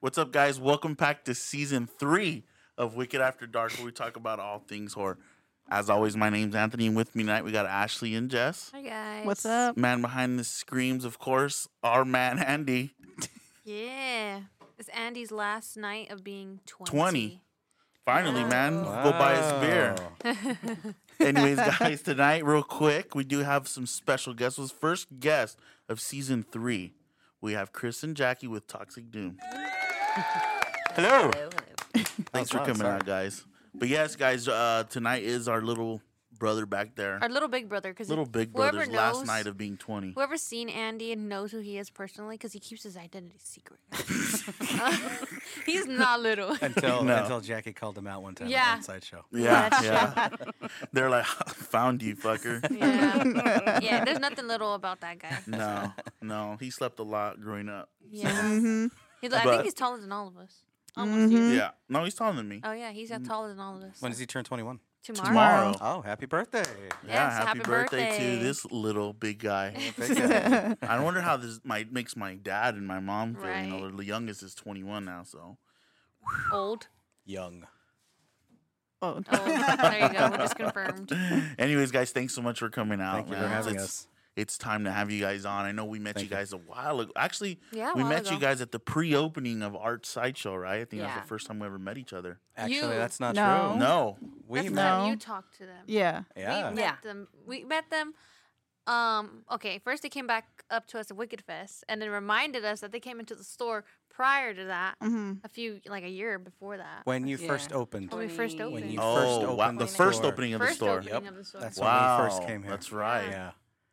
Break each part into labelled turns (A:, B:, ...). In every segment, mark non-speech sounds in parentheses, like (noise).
A: What's up, guys? Welcome back to season three of Wicked After Dark, where we talk about all things horror. As always, my name's Anthony, and with me tonight we got Ashley and Jess.
B: Hi guys.
C: What's up?
A: Man behind the screams, of course, our man Andy.
B: Yeah. It's Andy's last night of being 20.
A: 20. Finally, man,
B: Wow.
A: go buy his beer. (laughs) Anyways, guys, tonight, real quick, we do have some special guests. Was first guest of season three, we have Chris and Jackie with Toxic Doom.
D: Hello.
A: Thanks for
D: loud,
A: coming
D: sorry.
A: out, guys. But yes, guys, uh, tonight is our little brother back there.
B: Our little big brother. Cause he-
A: little big
B: whoever
A: brother's last
B: knows-
A: night of being 20.
B: Whoever's seen Andy and knows who he is personally, because he keeps his
A: (laughs)
B: identity secret. (laughs) He's not little.
A: (laughs)
D: Until
A: No.
D: until Jackie called him out one time
B: Yeah.
D: at the outside show.
A: (laughs) Yeah, yeah. They're like, (laughs) found you,
B: (laughs)
A: fucker.
B: (laughs) Yeah. yeah, there's nothing little about that guy.
A: No, no. He slept a lot growing up.
B: Yeah.
C: Mm-hmm.
B: He's, I
A: But- Mm-hmm.
B: think he's taller than all of us. Almost. you.
A: Yeah. No, he's taller than me.
B: Hmm? Oh, yeah, he's got taller than all of us.
D: When does he turn 21?
B: Tomorrow.
A: Tomorrow.
D: Oh, happy birthday.
A: Yeah,
B: Yes,
A: happy,
B: happy
A: birthday,
B: birthday.
A: to this little big guy. (laughs)
D: Big day.
A: I wonder how this my, makes my dad and my mom feel. You know,
B: Right.
A: the youngest is 21 now, so.
B: Old.
D: Young.
C: Oh,
B: Old. There you
A: (laughs)
B: go. Just confirmed.
A: Anyways, guys, thanks so much for coming out.
D: Thank you for
A: Oh, man.
D: having
A: It's-
D: us.
A: It's time to have you guys on. I know we met
D: Thank
A: you
D: you.
A: guys a while ago. Actually,
B: Yeah, a
A: we
B: while
A: met
B: ago.
A: you guys at the pre-opening of Art Sideshow, right? I think that was
B: Yeah.
A: the first time we ever met each other.
D: Actually,
B: You-
D: that's not
C: No.
D: true.
A: No,
D: We
B: That's
D: met.
B: time
C: No.
B: you talk to them.
C: (laughs) yeah.
D: Yeah.
B: We
E: Yeah.
B: met them. We met them. Um. Okay. First, they came back up to us at Wicked Fest, and then reminded us that they came into the store prior to that,
A: Mm.
C: Mm-hmm.
B: a few like a year before that.
D: When you
E: Yeah.
D: first opened.
B: When we first
E: When
B: opened.
D: you
B: oh,
D: first
A: oh wow,
D: opened
A: the
B: the
A: first
D: store.
A: opening of the
B: first
A: store.
B: opening
D: Yep,
B: of the store.
D: That's
A: wow,
D: when we first came here.
A: that's right.
D: Yeah.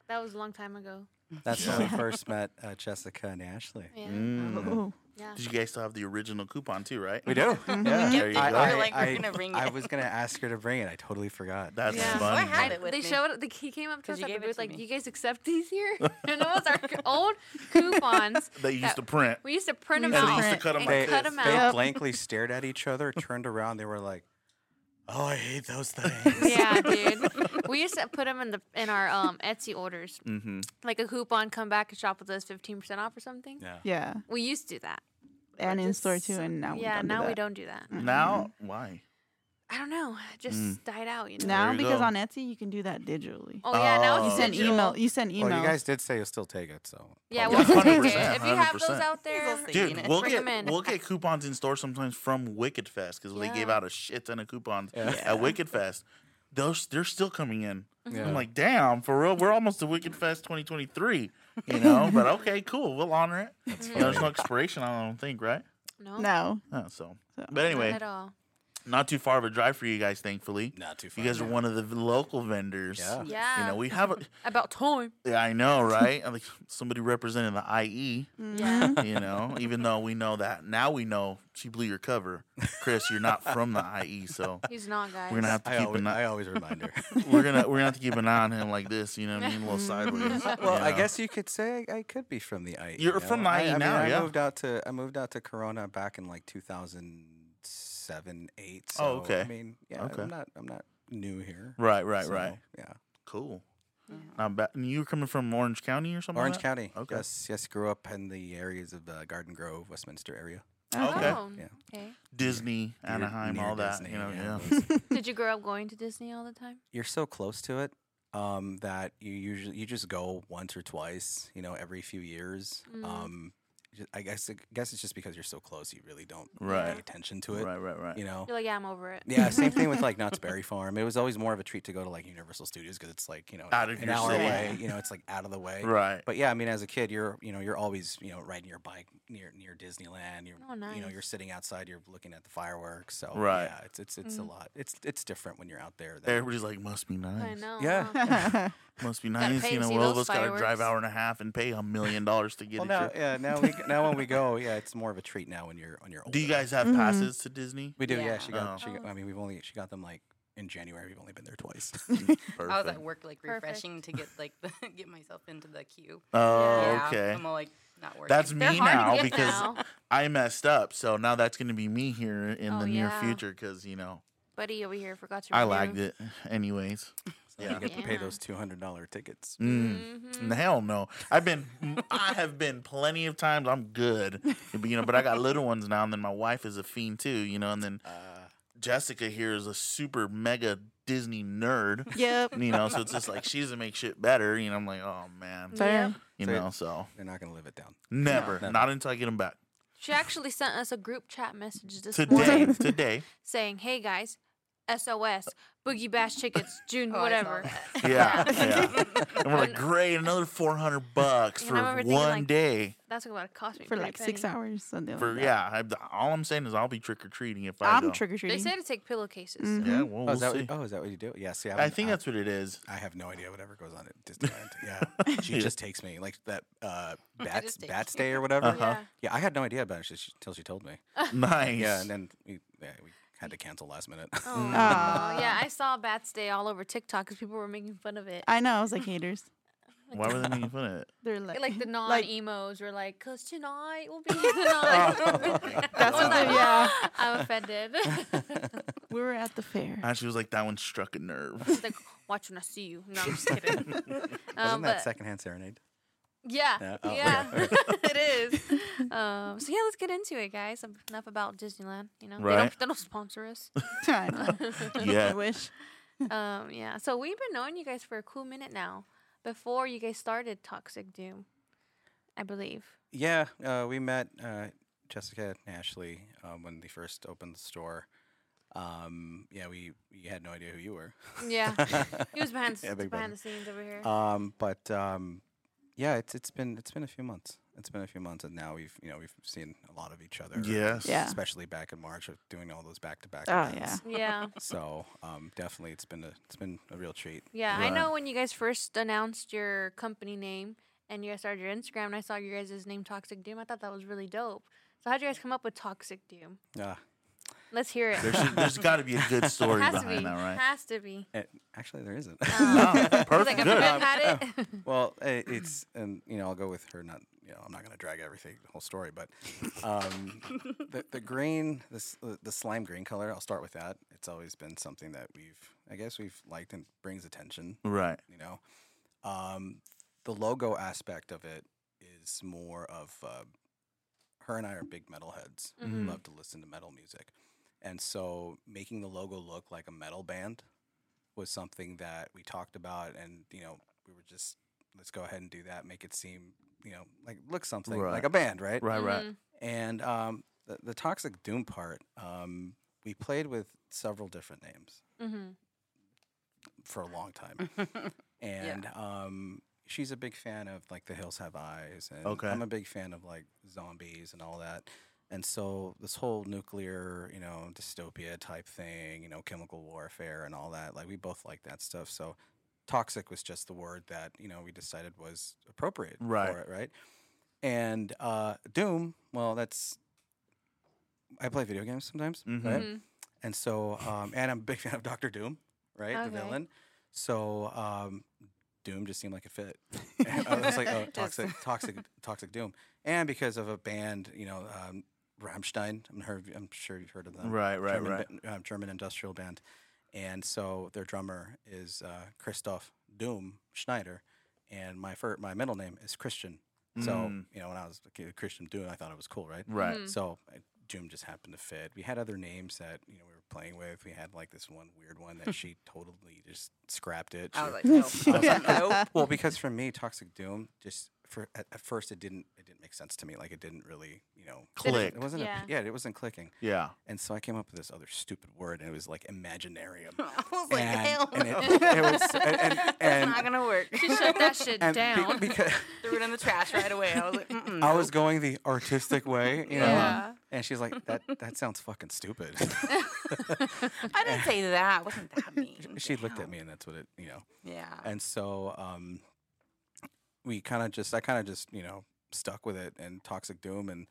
B: that was a long time ago.
D: That's when we first met uh, Jessica and Ashley.
B: Yeah.
A: Mm.
C: Oh.
B: Yeah.
A: Did you guys still have the original coupon too? Right?
D: We do. Yeah. Mm-hmm.
A: There you
E: I-
A: go.
E: I- We're like, we're gonna bring
D: I
E: it.
D: was going to ask her to bring it. I totally forgot.
A: That's
B: Yeah.
E: Oh, I
A: funny.
E: have it with
B: they
E: me.
B: showed. They, he came up to
E: 'Cause
B: us
E: you
B: at the
E: gave it
B: booth
E: to
B: like,
E: me.
B: "You guys accept these here?" (laughs) and it was our c- old coupons.
A: They used
B: that-
A: to print.
B: We used to print them
C: Yeah,
B: out.
C: they used to
A: cut 'em
B: and
A: like
B: cut
A: this.
B: 'em
D: They
B: out.
D: blankly stared at each other, turned around. They were like, oh, I hate those things.
B: yeah, dude. We used to put them in the in our um, Etsy orders.
A: Mm-hmm.
B: like a coupon, come back and shop with us, fifteen percent off or something.
D: yeah.
C: Yeah.
B: We used to do that.
C: And
B: But
C: in store
B: just-
C: too, and now
B: yeah,
C: we don't
B: now
C: do
B: we
C: that.
B: don't do that.
A: Mm. Now,
B: Mm-hmm.
A: why?
B: I don't know. It just
D: Mm.
B: died out, you know.
C: Now
A: you
C: because
A: go.
C: on Etsy you can do that digitally.
B: Oh yeah, now
A: Oh.
B: it's
C: you send
B: digital.
C: email. You send email.
D: Well, Oh, you guys did say you'll still take it, so.
A: Yeah,
B: Yeah, we'll take it.
A: 100%,
B: If you have those
A: 100%.
B: out there,
E: He's also-
A: Dude,
E: Unit.
A: we'll
B: Bring 'em
A: get
B: in.
A: we'll
B: (laughs)
A: get coupons in store sometimes from Wicked Fest because they gave
B: Yeah.
A: out a shit ton of coupons
D: Yeah.
C: Yeah.
A: at Wicked Fest. Those they're still coming in.
B: Mm-hmm.
D: Yeah.
A: I'm like, damn, for real, we're almost to Wicked Fest 2023, you
B: (laughs)
A: know. but okay, cool, we'll honor it. You know, there's no expiration, I don't think, right?
B: no, not
C: no.
A: Oh, so,
C: So-
A: but anyway,
B: at all.
A: not too far of a drive for you guys, thankfully.
D: Not too far.
A: You guys are one of the v- local vendors.
D: Yeah.
B: Yeah,
A: You know, we have a.
B: about time.
A: Yeah, I know,
B: (laughs)
A: right? I'm like somebody representing the E. IE.
E: Mm-hmm.
B: Yeah,
A: You know, even though we know that now we know she blew your cover, Chris. You're not from the IE, so
B: he's not, guys.
A: we're gonna have to
D: I
A: keep
D: always,
A: an eye.
D: I always
B: (laughs)
D: remind her. (laughs)
A: We're gonna we're gonna have to keep an eye on him like this. You know what I mean? A little sideways.
D: well,
A: you
D: I
A: know?
D: guess you could say I, I could be from the IE.
A: You're
D: you
A: from
D: know?
A: the
D: I-
A: IE
D: I mean,
A: now,
D: I
A: yeah.
D: moved out to I moved out to Corona back in like 2007, eight. So,
A: Oh, okay.
D: I mean, yeah,
A: Okay.
D: I'm not I'm not new here.
A: Right, right,
D: so,
A: right.
D: Yeah,
A: Cool. Not bad. And you were coming from Orange County or something? like
D: Orange
A: that?
D: County.
A: Okay.
D: Yes, yes. Grew up in the areas of uh, Garden Grove, Westminster area.
A: Okay.
B: Oh,
D: Yeah.
B: okay.
A: Disney,
D: Near-
A: Anaheim,
D: near
A: all that.
D: Disney,
A: you know, yeah.
D: (laughs) those-
B: Did you grow up going to Disney all the time?
D: You're so close to it um, that you usually you just go once or twice. You know, every few years.
B: Mm.
D: Um, ju- I guess I guess it's just because you're so close, you really don't
A: (laughs) Right.
D: pay attention to it.
A: Right, right, right.
D: You know.
B: You're like, yeah, I'm over it.
D: Yeah,
B: (laughs)
D: same thing with like Knott's Berry Farm. It was always more of a treat to go to like Universal Studios because it's like you know
A: Out of
D: an
A: your
D: hour
A: city. (laughs)
D: away. You know, it's like out of the way.
A: Right.
D: But yeah, I mean, as a kid, you're you know you're always you know riding your bike near near Disneyland. You're
B: Oh,
D: you know
B: nice.
D: you're sitting outside. You're looking at the fireworks. So
A: Right.
D: yeah, it's it's it's a
B: Mm.
D: lot. It's it's different when you're out there. than-
A: Everybody's like, must be nice.
B: I know.
D: Yeah.
B: huh?
A: Must
D: (laughs)
A: be
B: Gotta
A: nice.
B: pay
A: You
B: to
A: know,
B: see
A: all of us
B: those
A: got to drive
B: fireworks.
A: hour and a half and pay a million dollars to get
D: (laughs)
A: it.
D: Well, now yeah, now we, now when we go, yeah, it's more of a treat now when you're when you're older.
A: Do you guys
D: Mm-hmm.
A: have passes to
D: (laughs)
A: Disney?
D: We do. Yeah,
E: Yeah.
D: she got.
A: Oh.
D: She, got- I mean, we've only she got them like in January. We've only been there twice. (laughs)
A: (laughs) Perfect.
E: I was at work like
B: Perfect.
E: refreshing to get like (laughs) the, get myself into the queue.
A: Oh,
E: yeah,
A: okay.
E: I'm all like not working.
A: That's
B: They're
A: me
B: hard to
A: now
B: get
A: because
B: now.
A: I messed up. So now that's going to be me here in
B: Oh,
A: the near
B: yeah.
A: future because, you know,
B: Buddy over here forgot to.
A: I
B: renew.
A: lagged it. (laughs) Anyways,
D: You
A: Yeah.
D: get to pay
B: Yeah.
D: those two hundred dollar tickets.
B: Mhm.
A: Mm. Hell no. I've been I have been plenty of times. I'm good. But, you know, but I got little ones now and then my wife is a fiend too, you know, and then
D: Uh,
A: Jessica here is a super mega Disney nerd.
C: (laughs) Yep.
A: You know, so it's just like she doesn't make shit better. You know, I'm like, oh man,
C: Fair.
A: you
D: So-
A: know, so
D: They're not gonna live it down. Oh,
A: never,
D: Never.
A: not until I get them back
B: She actually sent us a group chat message this
A: today.
B: morning (laughs)
A: today,
B: saying, "Hey guys, SOS, Boogie Bash tickets, June,
E: Oh, I saw
B: whatever."
A: yeah,
E: that.
A: yeah. And we're like,
B: And-
A: great, another four hundred bucks
B: And I
A: for
B: remember
A: one
B: thinking, like,
A: day.
B: That's what it cost me
C: For
B: pretty
C: like six
B: penny.
C: hours. Something
A: For
C: like that.
A: yeah, I, all I'm saying is I'll be trick or treating if I
C: I'm
A: go.
C: trick or treating.
B: They say to take pillowcases.
C: Mm.
A: Yeah, well,
D: oh,
A: we'll
D: is that
A: see.
D: what, oh, is that what you do? Yeah. See, I,
A: I
D: haven't-
A: think
D: I-
A: that's what it is.
D: I have no idea whatever goes on at
A: (laughs)
D: Disneyland. Yeah, she
A: Yeah.
D: just takes me like that uh, bats
E: takes
D: bats
E: you.
D: day or whatever.
A: Uh-huh.
B: Yeah.
D: Yeah, I had no idea about it sh- until she told me.
A: Nice.
D: (laughs) Yeah, and then we, yeah, we had to cancel last minute.
B: Oh,
D: (laughs)
C: Aw.
B: yeah, I saw Bats Day all over TikTok because people were making fun of it.
C: I know. I was like haters.
A: Why were they making fun
D: (laughs)
A: of it?
C: They're
B: Like,
C: like,
B: the non
C: (laughs) like- Oh.
B: emos were like, "Cause tonight we'll be here
C: (laughs)
B: tonight." (laughs)
C: That's
B: I was
C: what they-
B: like,
C: yeah.
B: (laughs) I'm offended. (laughs)
C: We were at the fair.
A: And she was like, that one struck a nerve.
D: (laughs)
B: She's like, watch when I see you. No, I'm just kidding.
C: (laughs)
B: (laughs) Um,
D: Isn't that
B: but-
D: secondhand serenade?
B: Yeah,
D: Yeah, oh, okay,
B: yeah,
D: alright.
B: (laughs) it is. Um, so yeah, let's get into it, guys. Um, Enough about Disneyland. You know, they,
A: Right.
B: don't, they don't sponsor us.
C: (laughs)
B: (laughs)
C: I know. I
A: yeah.
C: wish.
B: um, yeah. So we've been knowing you guys for a cool minute now. Before you guys started Toxic Doom, I believe.
D: Yeah, uh, we met uh, Jessica and Ashley um, when they first opened the store. Um, yeah, we, we had no idea who you were. (laughs)
A: (laughs)
B: Yeah, he was behind the,
D: Yeah,
B: s-
D: Big
B: behind the scenes over here.
A: Uh,
D: um, but um, yeah, it's it's been it's been a few months. It's been a few months, and now we've you know we've seen a lot of each other.
A: Yes.
C: Yeah.
D: especially back in March, with doing all those back to back.
C: Oh, yeah.
B: yeah,
D: So um, definitely, it's been a it's been a real treat.
B: yeah. I
A: Right.
B: know when you guys first announced your company name and you guys started your Instagram, and I saw you guys' name Toxic Doom. I thought that was really dope. So how'd you guys come up with Toxic Doom?
D: Uh,
B: Let's hear it.
A: There
B: (laughs)
A: should, there's
D: (laughs)
A: got to be a good story
B: has to
A: behind
B: be.
A: that, right?
B: Has to be.
D: it, actually, there (laughs) isn't.
B: Oh.
A: Oh,
B: He's like,
A: perfect.
B: I've
A: Good.
B: been at it.
D: well, i it's and you know I'll go with her. Not you know I'm not gonna drag everything the whole story, but um, the the green this the slime green color. I'll start with that. It's always been something that we've I guess we've liked and brings attention.
A: Right.
D: You know, um, the logo aspect of it is more of uh, her and I are big metalheads.
B: Mhm.
D: Love to listen to metal music, and so making the logo look like a metal band was something that we talked about, and you know, we were just let's go ahead and do that, make it seem you know like look something
A: Right.
D: like a band, right?
A: (laughs) Right, right.
B: Mhm.
D: And um, the, the toxic doom part, um, we played with several different names
B: Mhm.
D: for a long time
E: Mhm.
D: and um, she's a big fan of like The Hills Have Eyes, and
A: Okay.
D: I'm a big fan of like zombies and all that. And so this whole nuclear, you know, dystopia type thing, you know, chemical warfare and all that, like we both like that stuff. So toxic was just the word that you know we decided was appropriate
A: Right.
D: for it, right? And uh, doom, well, that's I play video games sometimes,
A: Mhm.
D: right?
B: Mhm.
D: And so, um, and I'm a big (laughs) fan of Doctor Doom, right? The
B: Okay.
D: villain. So, um, Doom just seemed like a fit. And I was like, oh,
E: Yes.
D: toxic, toxic, toxic Doom. And because of a band, you know, um, Rammstein. I'm, heard, I'm sure you've heard of them.
A: Right, right,
D: German,
A: right.
D: ba- um, German industrial band. And so their drummer is uh, Christoph Doom Schneider, and my fir- my middle name is Christian. So
A: Mm.
D: you know, when I was a kid, Christian Doom, I thought it was cool, right?
A: Right.
B: Mhm.
D: So uh, Doom just happened to fit. We had other names that you know we were playing with. We had like this one weird one that she totally just scrapped it.
E: I
D: She-
E: was like,
C: (laughs)
E: nope. I was like, nope.
D: (laughs) well, because for me, Toxic Doom just for at, at first it didn't it didn't make sense to me. Like it didn't really you know
A: Click.
D: It wasn't yeah.
B: Yeah.
D: yeah it wasn't clicking.
A: Yeah.
D: And so I came up with this other stupid word, and it was like imaginarium.
E: (laughs) (laughs) I was like,
D: and,
E: hell
D: and
E: no.
D: it, it was and,
E: (laughs)
D: and,
E: That's
D: and-
E: not gonna work.
B: She shut that shit
D: and be-
B: down.
A: (laughs)
D: (laughs) because
E: Threw it in the trash right away. I was like, Mm-mm,
D: I was going the artistic way, you know.
B: Yeah.
D: And she's like, "That that sounds fucking stupid." (laughs)
E: nope. I didn't say that. Wasn't that mean?
D: she looked at
E: Damn.
D: me, and that's what it, you know.
E: Yeah.
D: And so um, we kind of just, I kind of just, you know, stuck with it and Toxic Doom. And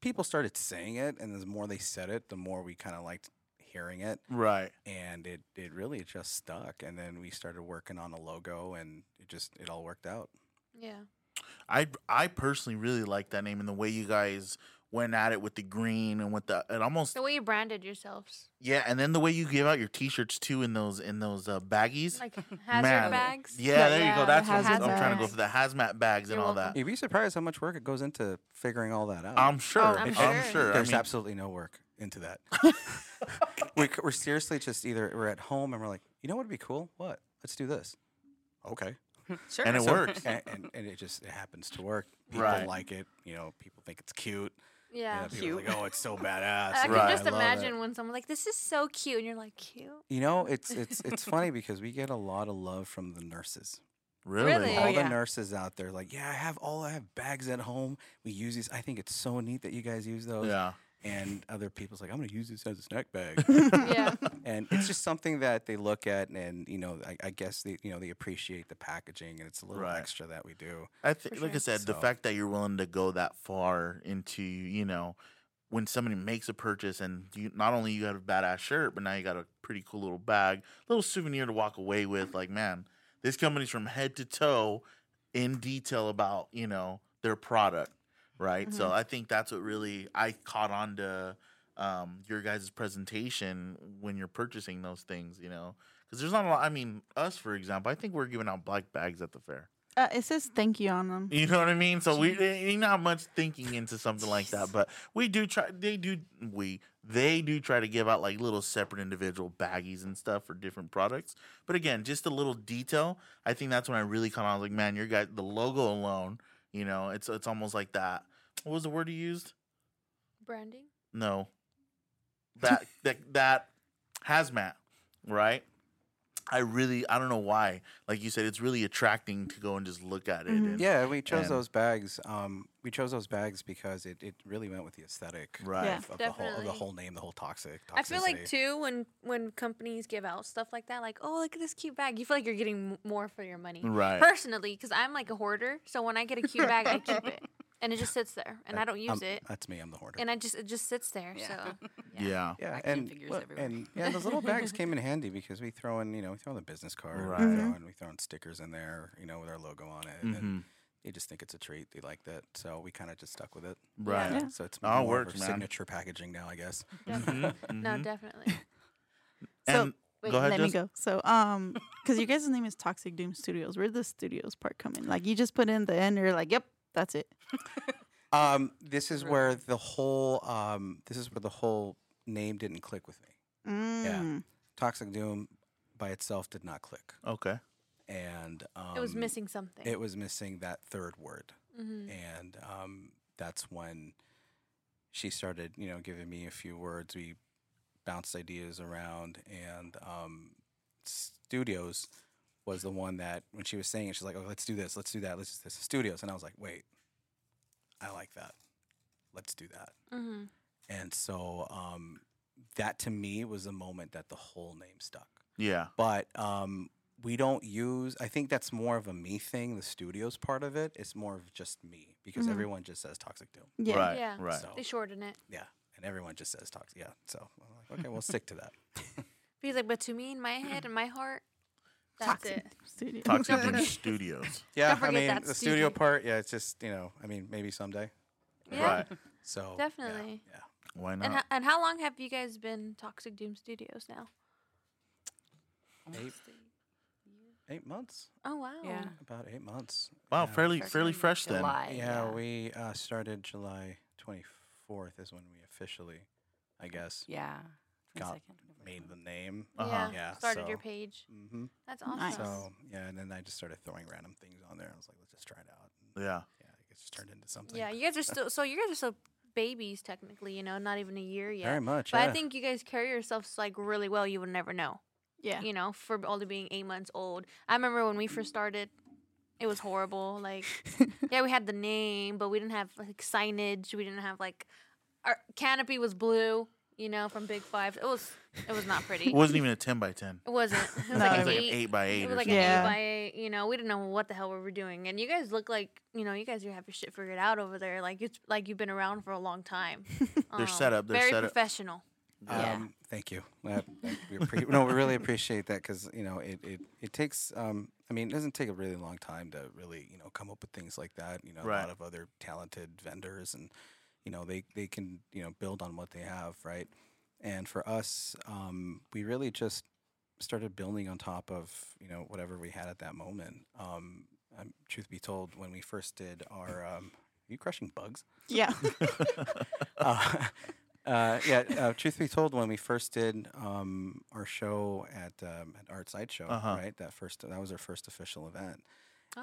D: people started saying it. And the more they said it, the more we kind of liked hearing it.
A: Right.
D: And it, it really just stuck. And then we started working on a logo and it just, it all worked out.
B: Yeah.
A: I I personally really like that name and the way you guys went at it with the green and with the it almost
B: The way you branded yourselves,
A: yeah, and then the way you give out your T-shirts too in those in those uh, baggies. (laughs)
B: like hazard
A: Man,
B: bags.
A: Yeah, there you
E: Yeah,
A: go.
E: the
A: That's what I'm
B: hazmat
A: trying to go
B: bags.
A: for the hazmat bags and
B: You're
A: all
B: welcome.
A: that.
D: You'd be surprised how much work it goes into figuring all that out.
A: I'm sure.
B: Oh, I'm
A: I'm sure.
B: sure.
A: I
D: There's
A: mean,
D: absolutely no work into
A: (laughs)
D: that. (laughs) we, c- we're seriously just either we're at home and we're like, you know what would be cool? What? Let's do this. Okay.
E: Sure.
A: And it
D: So-
A: works. (laughs)
D: And, and, and it just it happens to work. People
A: Right.
D: like it. You know, people think it's cute.
B: Yeah.
D: Yeah, people are like,
E: Cute.
D: oh, it's so badass.
B: (laughs) I
A: Right.
B: can
A: I
B: just
D: love it."
B: imagine when someone's like, "This is so cute," and you're like, "Cute."
D: You know, it's it's
B: (laughs)
D: it's funny because we get a lot of love from the nurses.
A: really.
B: Really?
D: All
E: Oh, yeah.
D: the nurses out there, like, yeah, I have all I have bags at home. We use these. I think it's so neat that you guys use those.
A: Yeah.
D: And other people's like, I'm gonna use this as a
A: (laughs)
D: snack bag.
B: Yeah.
D: and it's just something that they look at, and you know, I, I guess they you know they appreciate the packaging, and it's a little
A: Right.
D: extra that we do.
A: I think,
B: For
A: like I
B: sure.
A: said, the
D: So-
A: fact that you're willing to go that far into, you know, when somebody makes a purchase and you not only you got a badass shirt, but now you got a pretty cool little bag, little souvenir to walk away with. Like, man, this company's from head to toe in detail about, you know, their product, right? So
B: Mm-hmm.
A: I think that's what really I caught on to um, your guys' presentation when you're purchasing those things, you know, because there's not a lot. I mean, us, for example, I think we're giving out black bags at the fair.
C: Uh, it says thank you on them.
A: You know what I mean? So we there ain't not much thinking into something like that, but we do try. They do we they do try to give out like little separate individual baggies and stuff for different products. But again, just a little detail. I think that's when I really kind of was like, man, your guys, the logo alone, you know, it's it's almost like that. What was the word you used?
B: Branding.
A: No. That that that hazmat, right? I really I don't know why. Like you said, it's really attracting to go and just look at it.
C: Mhm.
A: And,
D: Yeah, we chose
A: and-
D: those bags. Um, we chose those bags because it, it really went with the aesthetic
A: Right.
C: Yeah.
D: of, of the whole of the
B: Definitely.
D: whole name, the whole toxic. Toxicity.
B: I feel like too when when companies give out stuff like that, like, "Oh, look at this cute bag," you feel like you're getting m- more for your money.
A: Right.
B: Personally, because I'm like a hoarder, so when I get a cute bag, I keep
E: (laughs)
B: it, and it just sits there, and I
D: That-
B: don't use
D: I'm-
B: it,
D: um,
A: (laughs)
D: That's me. I'm the hoarder.
B: and I just it just sits there.
E: Yeah.
B: So
A: Yeah.
D: yeah,
E: Action
D: and,
E: figures
D: well,
E: everywhere.
D: and yeah, those little bags came in handy because we throw in, you know, we throw in the business card,
A: Right.
D: we,
C: Mhm.
D: throw in, we throw in stickers in there, you know, with our logo on it, and
A: Mhm.
D: they just think it's a treat. They like that, so we kind of just stuck with it.
A: Right.
C: Yeah.
D: So it's
A: Oh, it
D: more
A: works,
D: of
A: man.
D: our signature packaging now, I guess.
B: definitely.
A: Mhm,
B: no,
A: mhm.
B: definitely.
C: So-
A: And
B: Wait,
A: go ahead,
C: Let me
A: Jess.
C: go. So, um, (laughs) because your guys' name is Toxic Doom Studios. Where would the studios part come in? Like, you just put in the end, you're like, yep, that's it.
D: Um, this is
E: Really?
D: where the whole um, this is where the whole name didn't click with me.
C: Mm.
D: Toxic Doom by itself did not click,
A: Okay.
D: and um,
B: it was missing something.
D: It was missing that third word,
B: hmm
D: and um, that's when she started, you know, giving me a few words. We bounced ideas around, and um, Studios was the one that when she was saying it, she's like, "Oh, let's do this, let's do that, let's do this." Studios, and I was like, "Wait, I like that. Let's do that."
B: hmm
D: And so um, that to me was the moment that the whole name stuck.
A: Yeah.
D: But um, we don't use, I think that's more of a me thing, the studios part of it. It's more of just me because
B: Mm-hmm.
C: Mhm.
D: everyone just says Toxic Doom.
C: Yeah.
A: Right.
B: Yeah.
A: Right.
D: So,
B: They shorten it.
D: yeah. And everyone just says Toxic. Yeah. So I'm like, okay, we'll
B: (laughs)
D: stick to that.
B: But he's like, but to me, in my head and my heart, that's
C: Toxic
B: it.
C: Doom Studios.
A: Toxic
B: (laughs)
A: Doom Studios.
D: Yeah. I
B: forget
D: mean,
B: that
D: the studio
B: studio.
D: part, yeah, it's just, you know, I mean, maybe someday.
B: Yeah.
A: Right.
D: So yeah,
B: Definitely.
D: Yeah.
A: Why not?
B: And, ho- and how long have you guys been Toxic Doom Studios now?
D: Eight, eight months.
B: Oh wow.
E: Yeah.
D: About eight months.
A: wow,
D: Yeah.
A: fairly fairly
E: Started
A: fresh then.
E: July,
D: Yeah, we uh, started July 24th is when we officially, I guess,
E: Yeah.
D: Got
E: 22nd.
D: made the name.
A: Uh-huh.
B: Yeah.
D: Yeah,
B: Started your
D: so-
B: page.
D: Mm-hmm.
B: That's awesome.
C: Nice.
D: So yeah, and then I just started throwing random things on there. I was like, let's just try it out. And
B: (laughs)
A: Yeah.
D: yeah, it just turned into something.
B: yeah, you guys are still so you guys are still babies technically. You know, not even a year yet.
D: very much.
B: But
D: yeah.
B: I think you guys carry yourselves like really well. You would never know.
C: (laughs) Yeah.
B: You know, for only being eight months old. I remember when we first started, it was horrible.
C: (laughs)
B: Like, yeah, we had the name, but we didn't have like signage. We didn't have like our canopy was blue. You know, from Big Five. It was it was not pretty.
A: It wasn't even a ten by
B: (laughs)
A: ten.
B: It wasn't. It was
C: No,
B: like
A: it was
B: an
A: like
B: eight.
A: an eight by eight
B: It
A: or
B: was like
A: something.
B: an
C: Yeah.
B: eight by eight. You know, we didn't know what the hell we were doing, and you guys look like you know, you guys are have your shit figured out over there. Like it's like you've been around for a long
A: (laughs)
B: time. Um,
A: set up, their
B: very
A: set up.
B: professional.
E: Yeah.
D: Um, thank you. Uh, I- we appre- no, we really appreciate that because you know it, it it takes. Um, I mean, it doesn't take a really long time to really you know come up with things like that. You know,
A: Right.
D: a lot of other talented vendors and you know they they can you know build on what they have right and for us um, we really just started building on top of you know whatever we had at that moment um, um, truth be told when we first did our um, are you crushing bugs
C: Yeah.
A: (laughs)
B: (laughs)
D: uh, (laughs) uh, yeah, uh, truth be told, when we first did um, our show at um, at Art Sideshow,
A: Uh-huh.
D: right? That first that was our first official event,
B: Oh.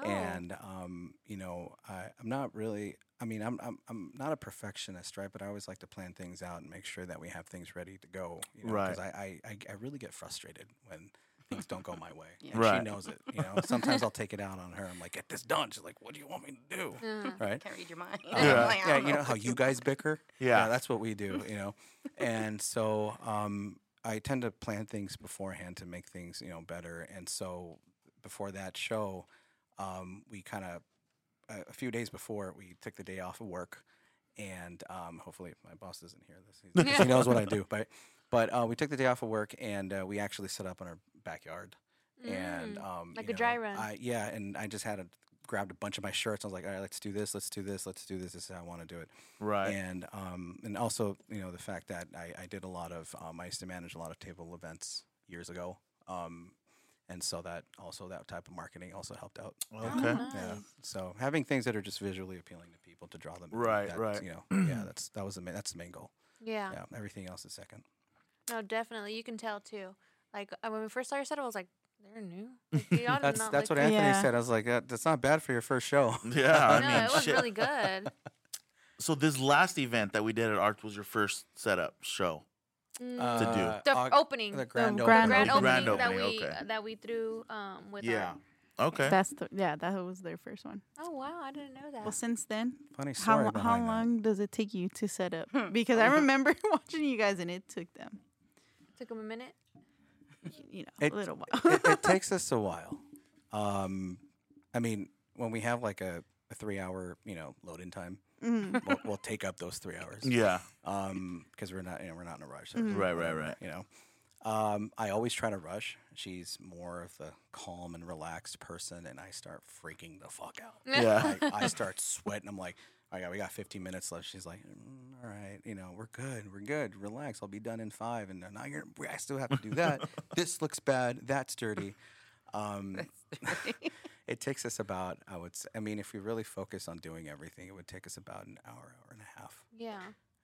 A: (laughs)
D: and um, you know, I, I'm not really. I mean, I'm, I'm I'm not a perfectionist, right? But I always like to plan things out and make sure that we have things ready to go. You know, Because I, I, I I really get frustrated when things don't go my way.
E: (laughs) Yeah.
D: and
A: Right.
D: She knows it. You know, sometimes I'll take it out on her. I'm like, get this done. She's like, what do you want me to
E: (laughs)
D: do?
B: Uh,
D: Right.
E: Can't read your mind.
D: Yeah.
E: (laughs) Like, I
D: yeah,
E: don't
D: you know
E: what
D: how you guys bicker?
A: Yeah.
D: that's what we do, you know. and so um, I tend to plan things beforehand to make things, you know, better. And so before that show, um, we kind of a a few days before we took the day off of work, and um, hopefully my boss doesn't hear this. He's- 'cause he knows what I do, but but uh, we took the day off of work and uh, we actually set up in our backyard and
B: mm.
D: um,
B: like
D: you
B: a dry
D: know,
B: run.
D: I, yeah, and I just had a, grabbed a bunch of my shirts. I was like, all right, let's do this, let's do this, let's do this. This is how I want to do it.
A: Right.
D: And um, and also, you know, the fact that I, I did a lot of um, I used to manage a lot of table events years ago. Um, and so that also that type of marketing also helped out.
A: Okay.
B: Oh,
D: Yeah.
B: nice.
D: So having things that are just visually appealing to people to draw them. in,
A: Right,
D: that's,
A: right.
D: You (clears throat) know, yeah, that's that was the main, that's the main goal.
B: yeah.
D: Yeah, everything else is second.
B: No, definitely. You can tell too. Like uh, when we first started, said it I was like, they're new. Like, they oughta
D: That's
B: not
D: that's
B: look
D: what Anthony
C: Yeah.
D: said. I was like, that, that's not bad for your first show.
A: (laughs) Yeah, I
B: No,
A: mean,
B: it was
A: shit.
B: really
D: (laughs)
B: good.
A: So this last event that we did at Arts was your first setup show.
B: Mm,
A: do.
B: the
D: Aug-
B: opening,
D: The
B: the
D: Uh, grand
C: The
D: opening.
C: grand
B: grand opening,
A: Grand
B: that
A: opening,
B: we
A: okay.
B: uh, that we threw um with
A: Yeah.
B: our.
A: Okay.
C: That's the yeah. That was their first one.
B: Oh wow, I didn't know that.
C: Well, since then,
D: Funny
C: how lo-
D: story
C: how
D: behind that.
C: long does it take you to set up?
A: Hmm.
C: Because I remember (laughs) watching you guys, and it took them,
B: took him a minute.
C: you know,
D: It-
C: a
A: (laughs)
C: little while.
D: it, it takes us a while. Um, I mean, when we have like a, a three hour, you know, load in time,
C: Mm.
A: (laughs)
D: we'll, we'll take up those three hours.
A: Yeah. Mm-hmm.
D: Um, because we're not, you know, we're not in a rush. so
C: Mhm.
B: Hmm.
D: it's
A: Right,
D: whatever,
A: right, right.
D: You know, um, I always try to rush. She's more of the calm and relaxed person, and I start freaking the fuck out.
B: (laughs)
A: Yeah.
D: I, I start sweating. I'm like, all right, we got 15 minutes left. She's like, "Mm, all right, you know, we're good, we're good, relax. I'll be done in five. And then I, I still have to do that.
B: (laughs)
D: this looks bad. That's dirty. Um, (laughs) it takes us about, I would say, I mean, if we really focus on doing everything, it would take us about an hour, hour and a half.
B: Yeah,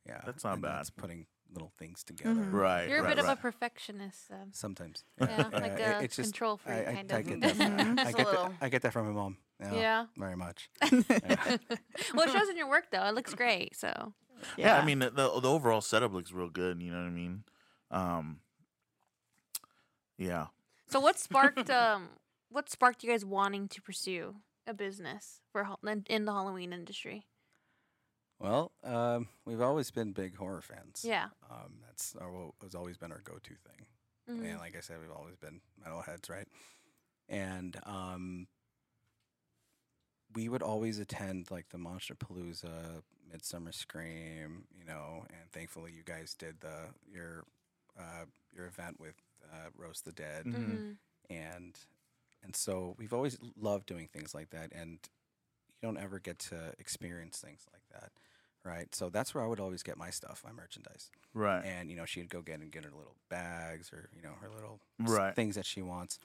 D: Yeah.
A: That's not
D: and
A: bad.
D: That's putting little things together.
C: Mhm.
A: Right.
B: you're a
A: right,
B: bit of
A: right.
B: a perfectionist.
A: (laughs)
B: Um,
D: Sometimes.
B: Mm-hmm. (laughs)
D: (laughs)
B: yeah,
D: Uh,
B: like
D: it-
B: a
D: it's just-
B: control freak
D: I, I,
B: kind
D: I
B: of. (laughs) Mm-hmm.
D: get that. from- I
E: Just
D: get
E: a
D: that.
E: little.
D: I get that from my mom.
B: Yeah. (laughs)
D: Very much.
B: well,
A: (laughs)
B: it shows in your work though. It looks great. So
A: Yeah. I mean, the, the the overall setup looks real good. You know what I mean? Um. Yeah.
B: So what
D: (laughs)
B: sparked um what sparked you guys wanting to pursue a business for hal- in- in the Halloween industry?
D: Well, um, we've always been big horror fans.
B: Yeah.
D: Um, that's our, what has always been our go-to thing. And
B: Mhm.
D: like I said, we've always been metalheads, right? And um, we would always attend like the Monster Palooza, Midsummer Scream, you know. And thankfully, you guys did the your uh, your event with uh, Roast the Dead
A: Mhm.
B: Mhm.
D: and and so we've always l- loved doing things like that and you don't ever get to experience things like that right so that's where i would always get my stuff my merchandise
A: Right.
D: and you know she'd go get and get her little bags or you know her little s-
A: Right.
D: things that she wants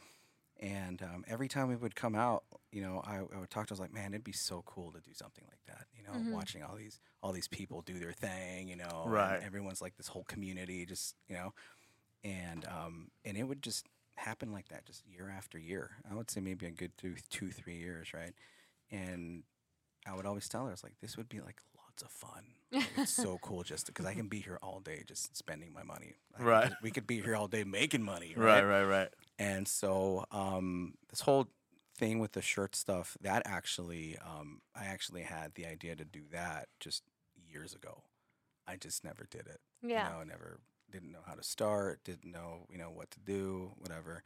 D: and um, every time we would come out you know I, I would talk to her I was like man it'd be so cool to do something like that you know
B: Mhm.
D: watching all these all these people do their thing you know and
A: Right.
D: everyone's like this whole community just you know and um, and it would just happen like that just year after year i would say maybe a good two, two three years right and i would always tell her i was like this would be like lots of fun Like, it's so cool just because i can be here all day just spending my money I could
A: Right.
D: just- we could be here all day making money
A: Right. Right. Right.
D: and so um, this whole thing with the shirt stuff, that actually, um, I actually had the idea to do that just years ago. I just never did it.
B: Yeah.
D: You know, I never didn't know how to start, didn't know, you know, what to do, whatever.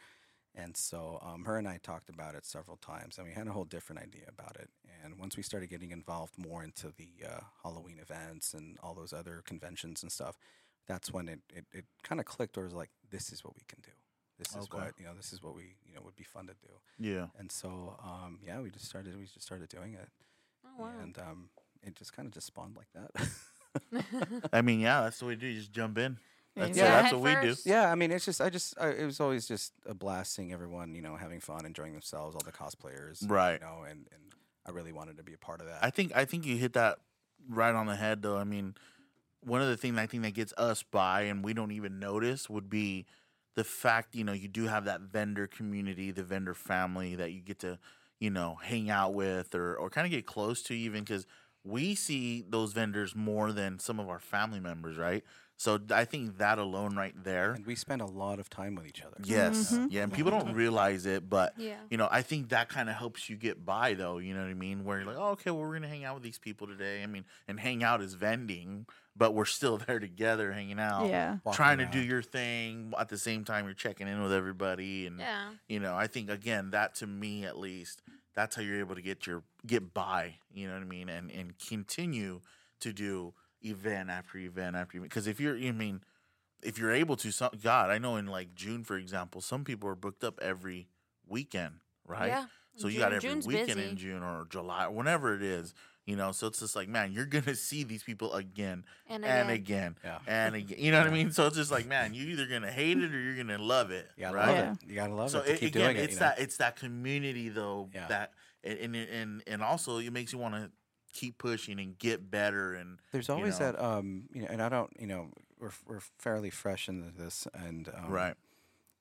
D: And so um, her and I talked about it several times, and we had a whole different idea about it. And once we started getting involved more into the uh, Halloween events and all those other conventions and stuff, that's when it, it, it kind of clicked, or was like, this is what we can do. This is
A: Okay.
D: what you know. This is what we you know would be fun to do.
A: Yeah.
D: And so um, yeah, we just started. We just started doing it,
B: Oh wow.
D: and um, it just kind of just spawned like that. (laughs)
A: I mean, yeah, that's the way to do. it. You just jump in. That's,
C: Yeah.
A: yeah, that's
B: Head
A: what we do.
B: first.
D: Yeah, I mean, it's just I just I, it was always just a blast seeing everyone, you know, having fun, enjoying themselves, all the cosplayers,
A: Right.
D: You know, and and I really wanted to be a part of that.
A: I think I think you hit that right on the head though. I mean, one of the things I think that gets us by and we don't even notice would be the fact, you know, you do have that vendor community, the vendor family that you get to, you know, hang out with or or kind of get close to even cuz we see those vendors more than some of our family members, right? So I think that alone right there.
D: and we spend a lot of time with each other.
A: Yes.
D: Mm-hmm.
C: Mhm.
A: Yeah, and people don't realize it, but
B: (laughs)
D: (laughs)
B: Yeah.
A: you know, I think that kind of helps you get by, though. You know what I mean? Where you're like, oh, okay, well, we're gonna hang out with these people today. I mean, and hang out is vending, but we're still (laughs) there together, hanging out,
C: Yeah.
D: Walking
A: trying to do
D: around.
A: your thing at the same time you're checking in with everybody. And
B: Yeah.
A: you know, I think again, that to me at least, that's how you're able to get your get by. You know what I mean? And and continue to do event after event after event. Because if you're, I mean, if you're able to, some, God, I know in like June, for example, some people are booked up every weekend, right?
B: Yeah.
A: So you got
B: June-
A: every
B: June's
A: weekend
B: busy.
A: in June or July or whenever it is, you know. So it's just like, man, you're gonna see these people again
B: And again.
A: and again
D: Yeah.
A: and again.
B: (laughs)
A: You know what I
D: Yeah.
A: mean? So it's just like, man, you either gonna hate it or you're gonna love it,
D: (laughs) You gotta
A: right?
D: love
C: Yeah.
D: it. You gotta love
A: So
D: it. To
A: it,
D: keep
A: again,
D: doing it.
A: it's
D: you know?
A: that it's that community though
D: Yeah.
A: that and and and and also it makes you want to keep pushing and get better and
D: There's
A: you
D: always
A: know.
D: that um, you know, and I don't, you know, we're we're fairly fresh into this, and um,
A: right,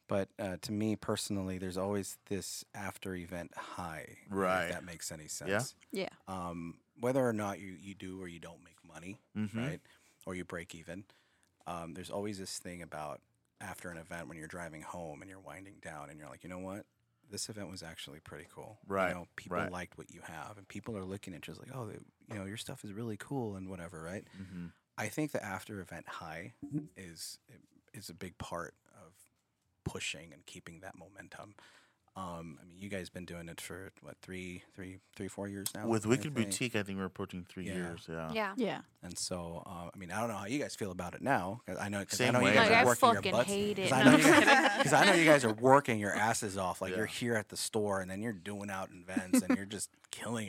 D: But uh, to me personally, there's always this after event high.
A: Right.
D: If that makes any sense.
C: Yeah.
D: Um, whether or not you, you do or you don't make money,
A: Mhm.
D: right? Or you break even, um, there's always this thing about after an event when you're driving home and you're winding down and you're like, you know what? This event was actually pretty cool.
A: Right,
D: You know, people
A: right.
D: liked what you have and people are looking at you just like, oh, they- you know, your stuff is really cool and whatever, right?
A: hmm
D: I think the after event high is is a big part of pushing and keeping that momentum. Um, I mean, you guys been doing it for what three, three, three, four years now
A: with
D: I
A: Wicked
D: think.
A: Boutique. I think we're approaching three
D: Yeah.
A: years. Yeah,
B: Yeah.
C: Yeah.
D: and so uh, I mean, I don't know how you guys feel about it now. 'cause I know, 'cause I
A: Same
D: know
A: way.
D: uh, you guys
A: Like,
D: are
A: I
D: working
B: fucking
D: your butts,
B: hate it.
D: 'cause I
B: No, (laughs)
D: know
B: I'm
D: you
B: just
D: guys- (laughs) 'cause I know you guys are working your asses off. Like
A: Yeah.
D: you're here at the store, and then you're doing out in events, and you're just killing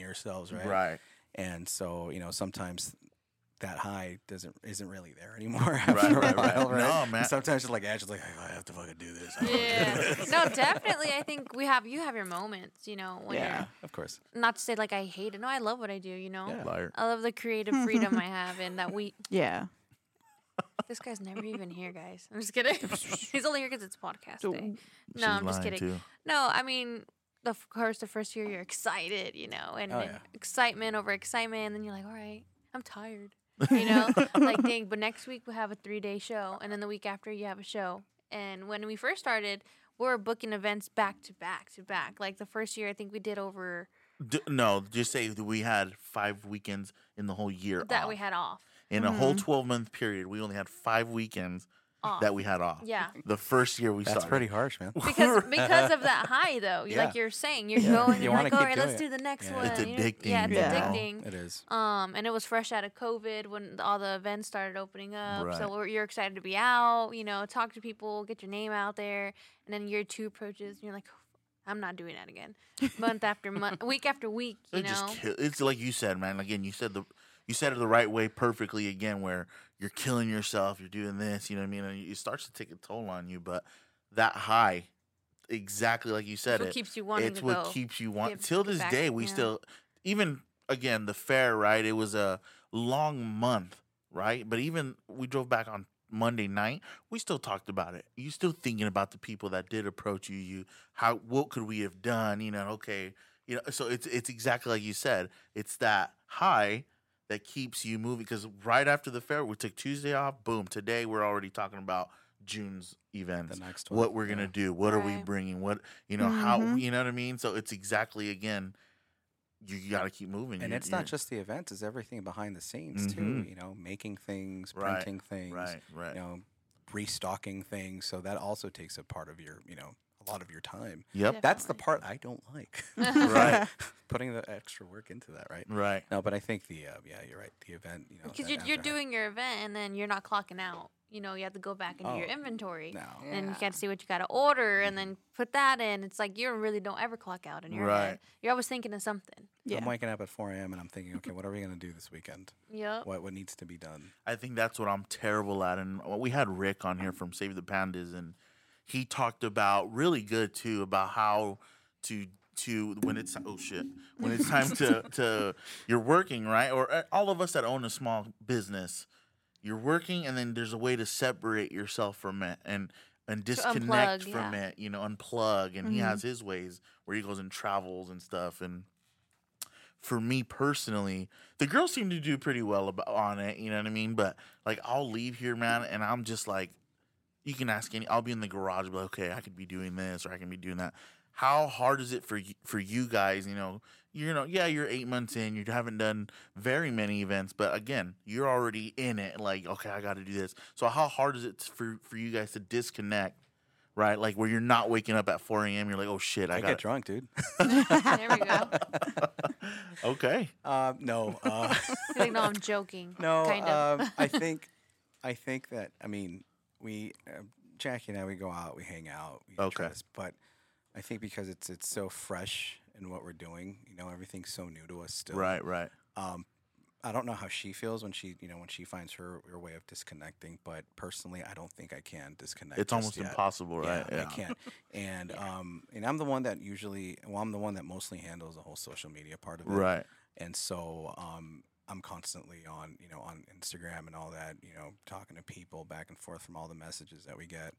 A: (laughs)
D: yourselves,
A: right.
D: and so you know sometimes that high doesn't isn't really there anymore (laughs) after
A: Right,
D: a
A: right, right.
D: while, right?
A: No,
D: And
A: man.
D: Sometimes you're like Ash, like I have to fucking do this. I don't wanna do
B: Yeah.
D: this." (laughs)
B: no, definitely. I think we have you have your moments. You know, when
D: yeah,
B: yeah.
D: of course.
B: you're not to say like I hate it. No, I love what I do. You know,
D: Yeah.
A: Liar.
B: I love the creative freedom I have, and that we.
C: Yeah.
B: This guy's never even here, guys. I'm just
A: (laughs)
B: kidding. He's only here because it's podcast
C: So-
B: day.
A: She's
B: No, I'm just
A: lying,
B: kidding.
A: too.
B: No, I mean, the, of course, the first year you're excited, you know, and,
D: Oh,
B: and
D: yeah.
B: excitement over excitement. And then you're like, all right,
A: (laughs)
B: I'm tired, you know, like, dang, but next week we have a three day show. And then the week after, you have a show. And when we first started, we were booking events back to back to back. Like the first year, I think we did over
A: D- no, just say that we had five weekends in the whole year.
B: that
A: off.
B: we had off.
A: in a whole twelve month period. We only had five weekends
B: Off.
A: that we had off.
B: yeah.
A: the first year we
D: That's
A: started.
D: pretty
A: (laughs)
D: harsh, (laughs) man.
B: because because of that high though you- like
D: Yeah.
B: you're saying you're
D: Yeah.
B: going
D: You
B: and
D: wanna
B: like all
D: keep
B: right
D: doing
B: let's
D: it.
B: do the next
D: Yeah.
B: one
A: It's
B: you know?
A: addicting,
B: yeah it's
C: you know?
B: addicting
D: It is.
B: Um, and it was fresh out of COVID when all the events started opening up.
A: Right.
B: So we're, you're excited to be out, you know, talk to people, get your name out there. And then year two approaches, and you're like, I'm not doing that again. month after
D: (laughs)
B: month, week after week, you
A: It just
B: know.
A: kill- it's like you said, man. Again, you said the you said it the right way perfectly. Again, where you're killing yourself, you're doing this, you know what I mean, and it starts to take a toll on you. But that high, exactly like you said,
B: It's what
A: it
B: keeps you wanting
A: it's
B: to
A: what
B: go.
A: keeps you want
B: Give-
A: till
B: give
A: this
B: back,
A: day we
B: yeah.
A: still even again the fair right it was a long month right but even we drove back on monday night we still talked about it you still thinking about the people that did approach you you how what could we have done you know okay you know so it's it's exactly like you said it's that high that keeps you moving because right after the fair we took tuesday off boom today we're already talking about june's events
D: The next one.
A: what we're gonna
D: yeah.
A: do what are we
B: Right.
A: bringing what you know how
C: Mhm.
A: you know what i mean so it's exactly again you, you gotta keep moving
D: And
A: You-
D: it's not
A: you're-
D: just the events; it's everything behind the scenes
A: Mhm.
D: too. You know, making things,
A: Right,
D: printing things,
A: right right
D: you know, restocking things. So that also takes a part of your, you know, a lot of your time.
A: yep
D: That's the
B: Definitely.
D: part I don't
B: (laughs)
D: like.
A: Right.
D: (laughs) Putting the extra work into that, right?
A: right
D: No, but I think the uh, yeah, you're right. The event, you know,
B: Because
D: that
B: you're, you're
D: after-
B: doing your event and then you're not clocking out. you know, you have to go back and do your
D: Oh,
B: inventory.
D: No.
B: And you
E: Yeah.
B: got to see what you got to order and then put that in. It's like you really don't ever clock out in your head.
A: Right.
B: You're always thinking of something.
C: Yeah.
D: I'm waking up at 4 a.m. and I'm
B: (laughs)
D: thinking, okay, what are we gonna do this weekend?
B: Yep.
D: What what needs to be done?
A: I think that's what I'm terrible at. And well, we had Rick on here from Save the Pandas, and he talked about really good too about how to to when it's oh shit when it's time to to you're working right or uh, all of us that own a small business, you're working and then there's a way to separate yourself from it and and disconnect
B: unplug,
A: from
B: yeah.
A: it you know unplug and he
C: Mhm.
A: has his ways where he goes and travels and stuff and for me personally, the girls seem to do pretty well about, on it. You know what I mean? But like, I'll leave here, man, and I'm just like, you can ask any. I'll be in the garage, be like, okay, I could be doing this or I can be doing that. How hard is it for you, for you guys? You know, you know, yeah, you're eight months in, you haven't done very many events, but again, you're already in it. Like, okay, I got to do this. So how hard is it for for you guys to disconnect? Right, like where you're not waking up at 4 a.m. You're like, oh shit,
D: I,
A: I
D: get
A: got.
D: drunk, dude.
B: (laughs) there we go.
A: okay,
D: Uh, no.
B: (laughs)
D: Uh,
B: He's like, no, I'm joking.
D: no.
B: Kind of. (laughs)
D: Um, I think I think that I mean we uh, Jackie and I we go out, we hang out, we
A: Okay.
D: dress, but I think because it's it's so fresh in what we're doing, you know, everything's so new to us still.
A: right, right.
D: Um, I don't know how she feels when she, you know, when she finds her, her way of disconnecting, but personally, I don't think I can disconnect.
A: It's
D: just
A: almost
D: yet.
A: impossible, right?
D: Yeah, I can't.
A: (laughs)
D: And um, and I'm the one that usually, well, I'm the one that mostly handles the whole social media part of it.
A: Right.
D: And so um, I'm constantly on, you know, on Instagram and all that, you know, talking to people back and forth from all the messages that we get.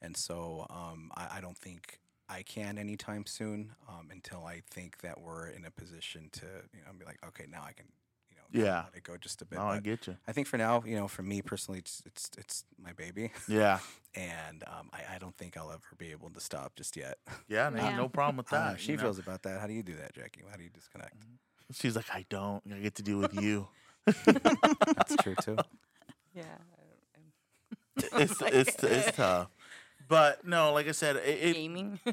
D: And so um, I, I don't think I can anytime soon um, until I think that we're in a position to, you know, be like, okay, now I can, you know, kinda
A: Yeah.
D: let it go just a bit.
A: No, I
D: But
A: get you.
D: I think for now, you know, for me personally, it's it's, it's my baby, (laughs)
A: Yeah.
D: and um, I, I don't think I'll ever be able to stop just yet.
A: Yeah. No,
B: Yeah.
A: no problem with
D: I don't know
A: that.
D: how Oh, she
A: you know? Mm.
D: feels about that. How do you do that, Jackie? How do you disconnect?
A: She's like, I don't. I get to deal
D: (laughs)
A: with you.
D: That's true
A: (laughs)
D: too.
E: Yeah.
A: it's, it's, it's tough. But no, like I said, it, it
E: Gaming. (laughs)
D: Yeah.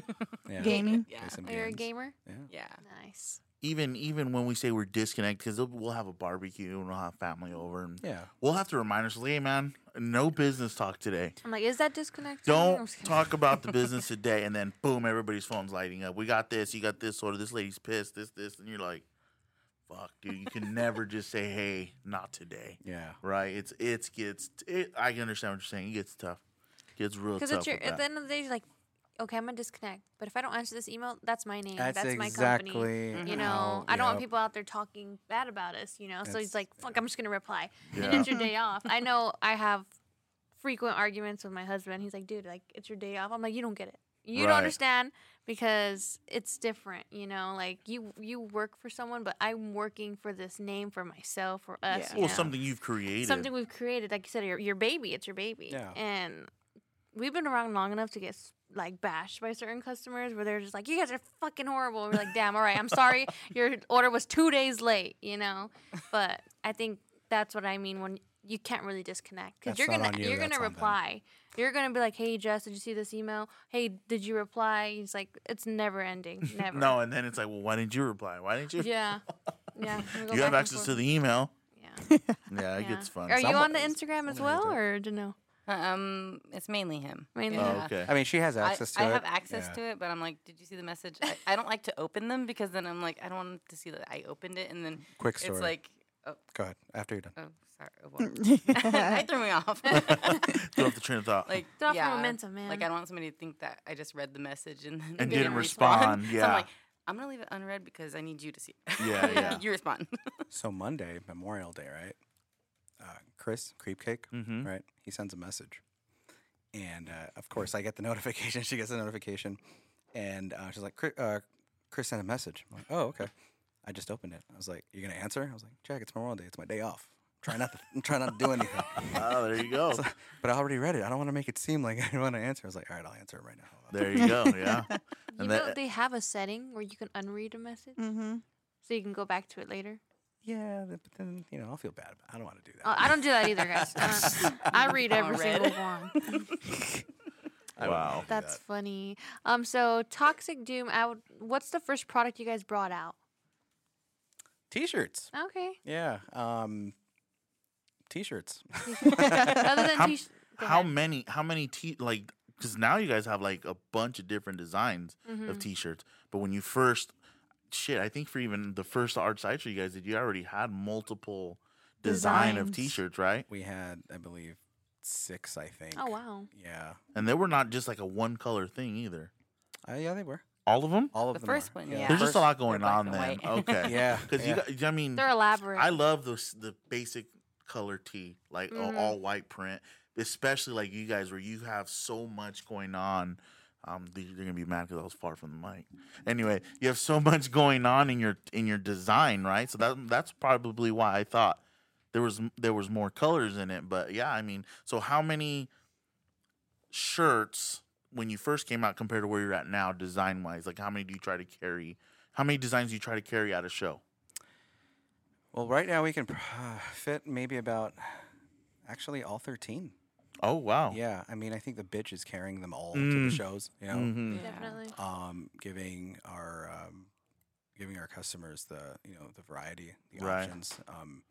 A: (laughs)
B: Mm-hmm.
C: Gaming.
E: Yeah.
D: Play some
B: Oh, You're a
D: games.
B: gamer?
E: Yeah.
B: Nice.
A: even even when we say we're disconnected, because we'll have a barbecue and we'll have family over, and
D: Yeah.
A: we'll have to remind ourselves, hey man, no business talk today.
B: I'm like, is that disconnected? (laughs) I'm
A: Don't
B: just kidding.
A: talk about the business today, and then boom, everybody's phone's lighting up. We got this. You got this order. This lady's pissed. This this, and you're like, fuck, dude. You can never just say, hey, not today.
D: Yeah.
A: right? It's it's gets it. I can understand what you're saying. It gets tough. It gets real tough.
B: Because your,
A: with
B: at the
A: that.
B: end of the day, you're like, okay, I'm gonna disconnect. But if I don't answer this email, that's my name. That's,
D: That's,
B: my
D: exactly. Mm-hmm.
B: company. You know,
D: how-
B: I don't want
D: yep.
B: people out there talking bad about us. You know, so he's
D: That's-
B: like, fuck, I'm just gonna reply. And
A: Yeah. (laughs)
B: it's your day off. I know I have frequent arguments with my husband. He's like, dude, like it's your day off. I'm like, you don't get it. You
A: Right.
B: don't understand because it's different. You know, like you you work for someone, but I'm working for this name for myself for us.
C: Yeah.
B: you
A: well,
B: know?
A: something you've created.
B: something we've created. Like you said, your, your baby, it's your baby.
D: Yeah.
B: And we've been around long enough to get s- like bashed by certain customers where they're just like, you guys are fucking horrible. We're like, damn, all right, I'm sorry.
D: (laughs)
B: Your order was two days late, you know? But I think that's what I mean when you can't really disconnect because
D: That's
B: you're
D: not
B: gonna
D: on you,
B: you, are gonna
D: that's on them.
B: reply. You're gonna be like, "Hey Jess, did you see this email? Hey, did you reply?" He's like, "It's never
D: (laughs)
B: ending, never."
A: no, and then it's like, well, why didn't you reply? Why didn't you?
B: Yeah,
D: (laughs)
B: yeah. we go
A: you have
B: back and
A: access
B: forth.
A: to the email.
B: Yeah.
A: (laughs) Yeah, it
B: yeah.
A: gets fun.
B: Are you
A: Someone-
B: on the Instagram as well, or do you know?
E: Um, it's mainly him.
B: Mainly
A: Oh,
B: him. (laughs)
E: Yeah.
A: okay. (laughs)
D: I mean, she has
E: I-
D: access
E: I,
D: to it.
E: have access to it, but I'm like, did you see the message? I, I don't like to open them because then I'm like, I don't want to see that I opened it, and
A: Mm,
E: then
D: Quick story.
E: it's like, oh,
D: Go ahead.
B: (laughs)
D: After you're done.
E: oh sorry, oh, well. (laughs) I threw
A: (laughs)
E: me off. (laughs)
A: Throw off the train of thought.
E: like,
B: Throw off your
E: yeah,
B: momentum, man.
E: Like, I don't want somebody to think that I just read the message and then
A: And
E: they
A: didn't respond,
B: (laughs)
E: (laughs) So I'm
A: yeah.
E: like, I'm gonna leave it unread because I need you to see it. (laughs)
A: Yeah, yeah.
E: you respond.
D: So Monday, Memorial Day, right? Uh, Chris, Creepcake,
B: (laughs)
A: Mhm.
D: right? He sends a message, and uh, of course, I get the (laughs) notification. She gets the notification, and uh, she's like, "Chri- uh, "Chris sent a message." I'm like, "Oh, okay." I just opened it. I was like, "You're gonna answer?" I was like, "Jack, it's Memorial Day. It's my day off. Try not to. (laughs) I'm trying not to do anything."
A: oh, there you go.
D: So- but I already read it. I don't want to make it seem like (laughs) I want to answer. I was like, "All right, I'll answer it right now." Hold on."
A: There you go.
B: (laughs)
A: Yeah.
B: You
A: And
B: know
A: that-
B: they have a setting where you can unread a message,
C: (laughs) mm-hmm.
B: so you can go back to it later.
D: (laughs) Yeah, th- but then you know, I'll feel bad. I don't want to do that.
B: Uh, I don't do that either, guys. Uh, I read
E: I'm
B: every
E: a red.
B: single one.
D: I wouldn't
A: Wow.
D: wanna do
B: That's
D: that.
B: funny. Um, so Toxic Doom. Out. What's the first product you guys brought out?
D: (laughs) T-shirts.
B: Okay.
D: Yeah. Um, t-shirts.
B: Other than
A: How-
B: t- Go
A: how
B: ahead.
A: many how many t like because now you guys have like a bunch of different designs of
B: Mhm.
A: t-shirts but when you first shit i think for even the first art side show you guys did you already had multiple design of
C: Designs.
A: t-shirts right
D: We had, I believe, six. I think.
B: Oh wow.
D: Yeah.
A: and they were not just like a one color thing either
D: Uh, yeah, they were.
A: all of them
D: All of
E: The
D: them.
E: first
D: were.
E: one,
D: the
E: yeah.
A: there's just a
E: First,
A: lot
E: they're
A: going
E: black
A: on
E: and
A: then
E: white. (laughs)
A: okay
D: Yeah.
A: because
D: yeah.
A: you got, i mean
B: They're elaborate.
A: Hmm. I love those the basic color tee, like a
B: Mhm.
A: all white print, especially like you guys where you have so much going on. Um, they- they're gonna be mad because I was far from the mic. Anyway, you have so much going on in your in your design, right? So that that's probably why I thought there was m- there was more colors in it. But yeah, I mean, so how many shirts when you first came out compared to where you're at now, design wise? Like how many do you try to carry? How many designs do you try to carry at a show?
D: Well, right now we can pr- (sighs) fit maybe about, actually, all thirteen.
A: Oh wow,
D: Yeah. I mean, I think the bitch is carrying them all to the
A: Mm.
D: shows. You know.
A: Mhm.
E: Yeah.
B: Definitely.
D: um, giving our um, giving our customers the you know the variety, the
A: Right.
D: options. Um,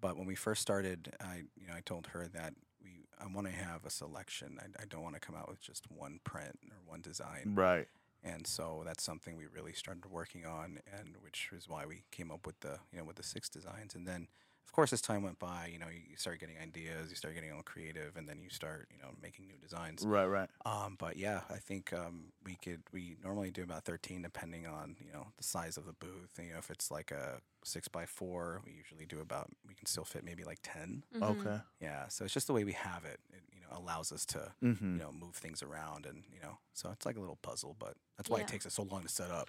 D: but when we first started, I you know I told her that we I want to have a selection. I, I don't want to come out with just one print or one design.
A: Right.
D: And so that's something we really started working on, and which is why we came up with the you know with the six designs. And then of course as time went by, you know you, you start getting ideas, you start getting all creative, and then you start you know making new designs.
A: Right, right.
D: Um, but yeah, I think um, we could we normally do about thirteen, depending on you know the size of the booth. you know, if it's like a six by four, we usually do about we can still fit maybe like ten.
B: Mhm.
A: (laughs) Okay.
D: Yeah, so it's just the way we have it. It you know allows us to
A: Mm-hmm.
D: you know move things around, and you know so it's like a little puzzle. But that's why
B: Yeah.
D: it takes us so long to
B: (laughs)
D: set up.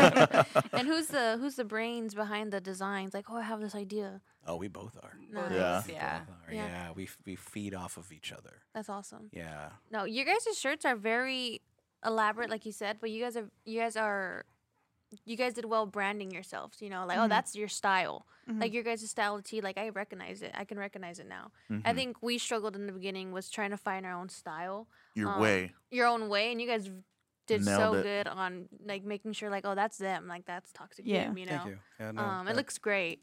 B: and who's the who's the brains behind the designs? Like, oh, I have this idea.
D: (laughs) oh, we both are.
B: Nice.
A: Yeah.
D: We
E: Yeah.
D: both are,
B: Yeah.
D: yeah. We f- we feed off of each other.
B: That's awesome.
D: Yeah.
B: No, your guys' shirts are very elaborate, like you said, but you guys are you guys are you guys did well branding yourselves, you know, like
A: Mm-hmm.
B: oh
C: Mhm.
B: that's your style.
C: Mhm.
B: Like your guys' style of tea, like I recognize it. I can recognize it now. I
A: Mm-hmm.
B: think we struggled in the beginning was trying to find our own style,
A: your
B: um, (laughs)
A: way.
B: your own way, and you guys did so
A: Nailed it.
B: good on like making sure like, oh that's them, like that's toxic
C: Yeah.
B: Doom, you know.
D: Thank you. Yeah, no,
B: um, it
D: that-
B: looks great.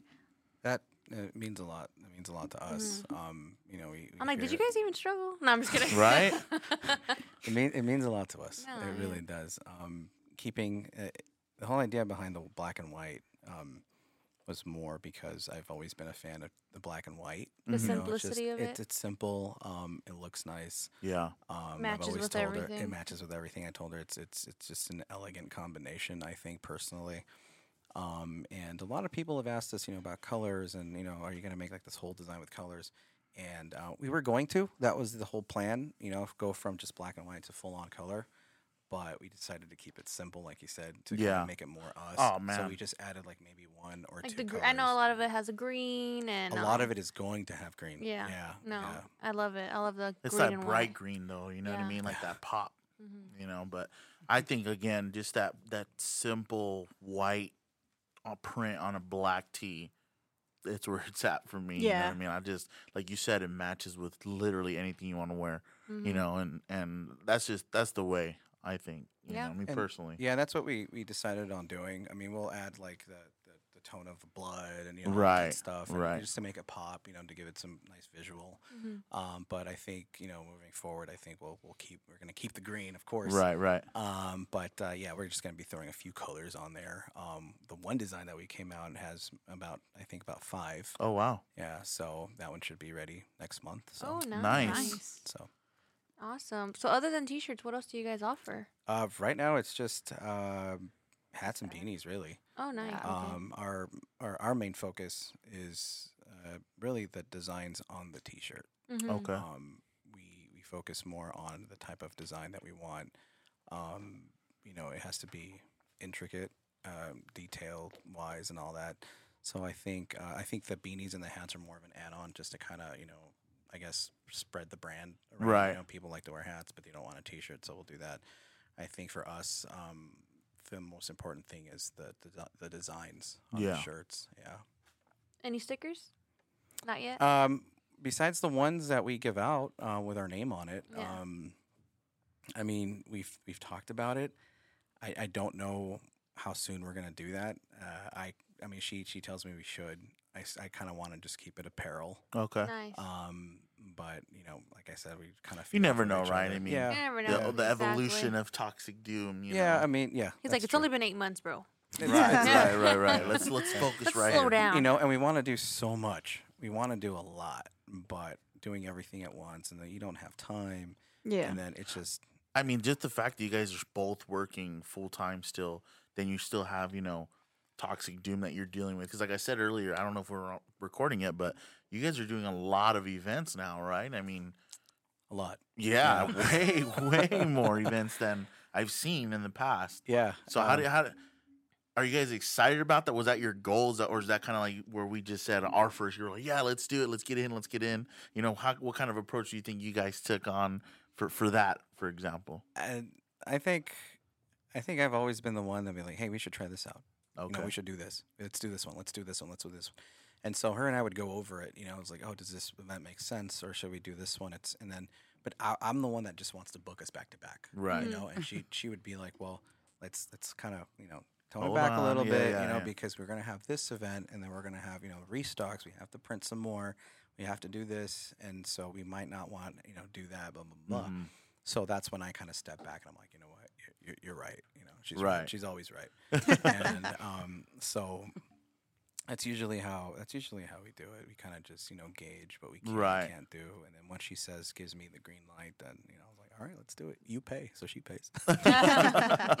D: That uh, means a lot. That means a lot to us. Um, you know, we, we
B: I'm like, Mm-hmm. Oh did you
D: hear-
B: guys even struggle? (laughs) No, I'm just kidding.
A: Right?
D: It, mean, it means a lot to us.
B: Yeah,
D: it
B: yeah.
D: really does. Um, keeping uh, the whole idea behind the black and white um, was more because I've always been a fan of the black and white.
B: The
A: Mm-hmm.
D: you know, it's
B: simplicity
D: just-
B: of
D: It's,
B: it.
D: it's simple. Um, it looks nice.
A: Yeah.
D: Um,
B: Matches
D: I've always
B: with
D: told her
B: everything.
D: it matches with everything. I told her it's it's it's just an elegant combination. I think personally, um, and a lot of people have asked us, you know, about colors and you know, are you going to make like this whole design with colors? And uh, we were going to. That was the whole plan. You know, go from just black and white to full on color. But we decided to keep it simple, like you said, to kinda
A: Yeah.
D: make it more us.
A: Aw,
D: So
A: man.
D: we just added like maybe one or
B: like
D: two.
B: the gr-
D: colors.
B: I know a lot of it has a green and
D: A lot of it is going to have green.
B: Yeah.
D: Yeah.
B: No,
D: yeah.
B: I love it. I love the
A: It's
B: green
A: that
B: and
A: bright
B: white.
A: green though, you know what
B: Yeah.
A: I mean? Like that pop,
B: Mhm.
A: you know, but I think again, just that that simple white uh, print on a black tee. It's where it's at for me. You know
C: Yeah.
A: what I mean? I just like you said, it matches with literally anything you want to wear. You
B: Mhm.
A: know, and and that's just that's the way I think. You
B: Yeah.
A: know, me
D: And-
A: personally.
D: Yeah, that's what we, we decided on doing. I mean, we'll add like the, the, the tone of the blood and you know all that
A: Right,
D: stuff, and
A: right.
D: just to make it pop, you know, to give it some nice visual.
B: Mhm.
D: Um, but I think you know, moving forward, I think we'll we'll keep we're gonna keep the green, of course.
A: Right, right.
D: Um, but uh, yeah, we're just gonna be throwing a few colors on there. Um, the one design that we came out and has about I think about five.
A: Oh wow.
D: Yeah, so that one should be ready next month. So
B: Oh, nice.
A: Nice.
D: so.
B: Awesome. So, other than t-shirts, what else do you guys offer?
D: Uh, right now it's just um, hats and beanies, really.
B: Oh, nice.
E: Yeah.
B: Okay.
D: Um, our, our our main focus is uh, really the designs on the T-shirt.
B: Mhm.
A: Okay.
D: Um, we we focus more on the type of design that we want. Um, you know, it has to be intricate, um, detailed, wise, and all that. So I think uh, I think the beanies and the hats are more of an add-on, just to kind of you know, I guess spread the brand. Around.
A: Right.
D: You know, people like to wear hats, but they don't want a T-shirt, so we'll do that. I think for us, um, the most important thing is the the, desi- the designs on
A: Yeah.
D: the shirts. Yeah.
B: Any stickers? Not yet.
D: Um, besides the ones that we give out uh, with our name on it,
B: Yeah.
D: um, I mean, we've we've talked about it. I, I don't know how soon we're gonna do that. Uh, I I
A: Uh,
D: mean, she she tells me we should. I, kind of want to just keep it apparel.
A: Okay.
B: nice.
D: Um, but you know, like I said, we kind of
A: You never know, right? I mean,
D: yeah,
B: You never
A: the,
B: know.
A: the evolution
B: Exactly.
A: of toxic doom. You
D: yeah.
A: know?
D: I mean, yeah.
B: He's like,
D: that's
B: it's
D: true.
B: only been eight months, bro.
D: It's-
A: right,
D: it's
B: Yeah.
A: right, right, right.
D: (laughs)
A: Let's let's focus
B: Let's
A: right
B: slow
A: here.
B: down.
D: you know, and we want to do so much. We want to do a lot, but doing everything at once, and then you don't have time,
C: Yeah.
D: and then it's just
A: I mean, just the fact that you guys are both working full time still, then you still have, you know, toxic doom that you're dealing with. Because, like I said earlier, I don't know if we're recording it, but you guys are doing a lot of events now, right? I mean,
D: a lot.
A: yeah, (laughs)
D: Yeah.
A: way, way more events than I've seen in the past.
D: Yeah.
A: So, how
D: um,
A: do how do, are you guys excited about that? Was that your goal? Is that, or is that kind of like where we just said our first? You're like, yeah, let's do it, let's get in, let's get in. You know, how what kind of approach do you think you guys took on for for that, for example?
D: I, I think, I think I've always been the one that be like, hey, we should try this out.
A: Okay.
D: you know, we should do this. Let's do this one. Let's do this one. Let's do this. One. And so her and I would go over it. You know, I was like, oh, does this event make sense, or should we do this one? It's and then, but I, I'm the one that just wants to book us back to back.
A: Right.
D: You
B: Mm-hmm.
D: know, and she she would be like, well, let's let's kind of you know tone
A: Hold
D: it back
A: on,
D: a little
A: yeah,
D: bit,
A: yeah,
D: you know,
A: yeah.
D: because we're gonna have this event, and then we're gonna have you know restocks. We have to print some more. We have to do this, and so we might not want you know do that. Blah blah blah.
A: Mhm.
D: So that's when I kind of step back and I'm like, you know what, you're, you're, you're right. You know, she's
A: Right.
D: She's always (laughs) right. and um, so that's usually how that's usually how we do it. We kind of just you know gauge what we can
A: Right.
D: and can't do, and then once she says gives me the green light, then you know I was like, all right, let's do it. You pay, so she (laughs) pays. (laughs)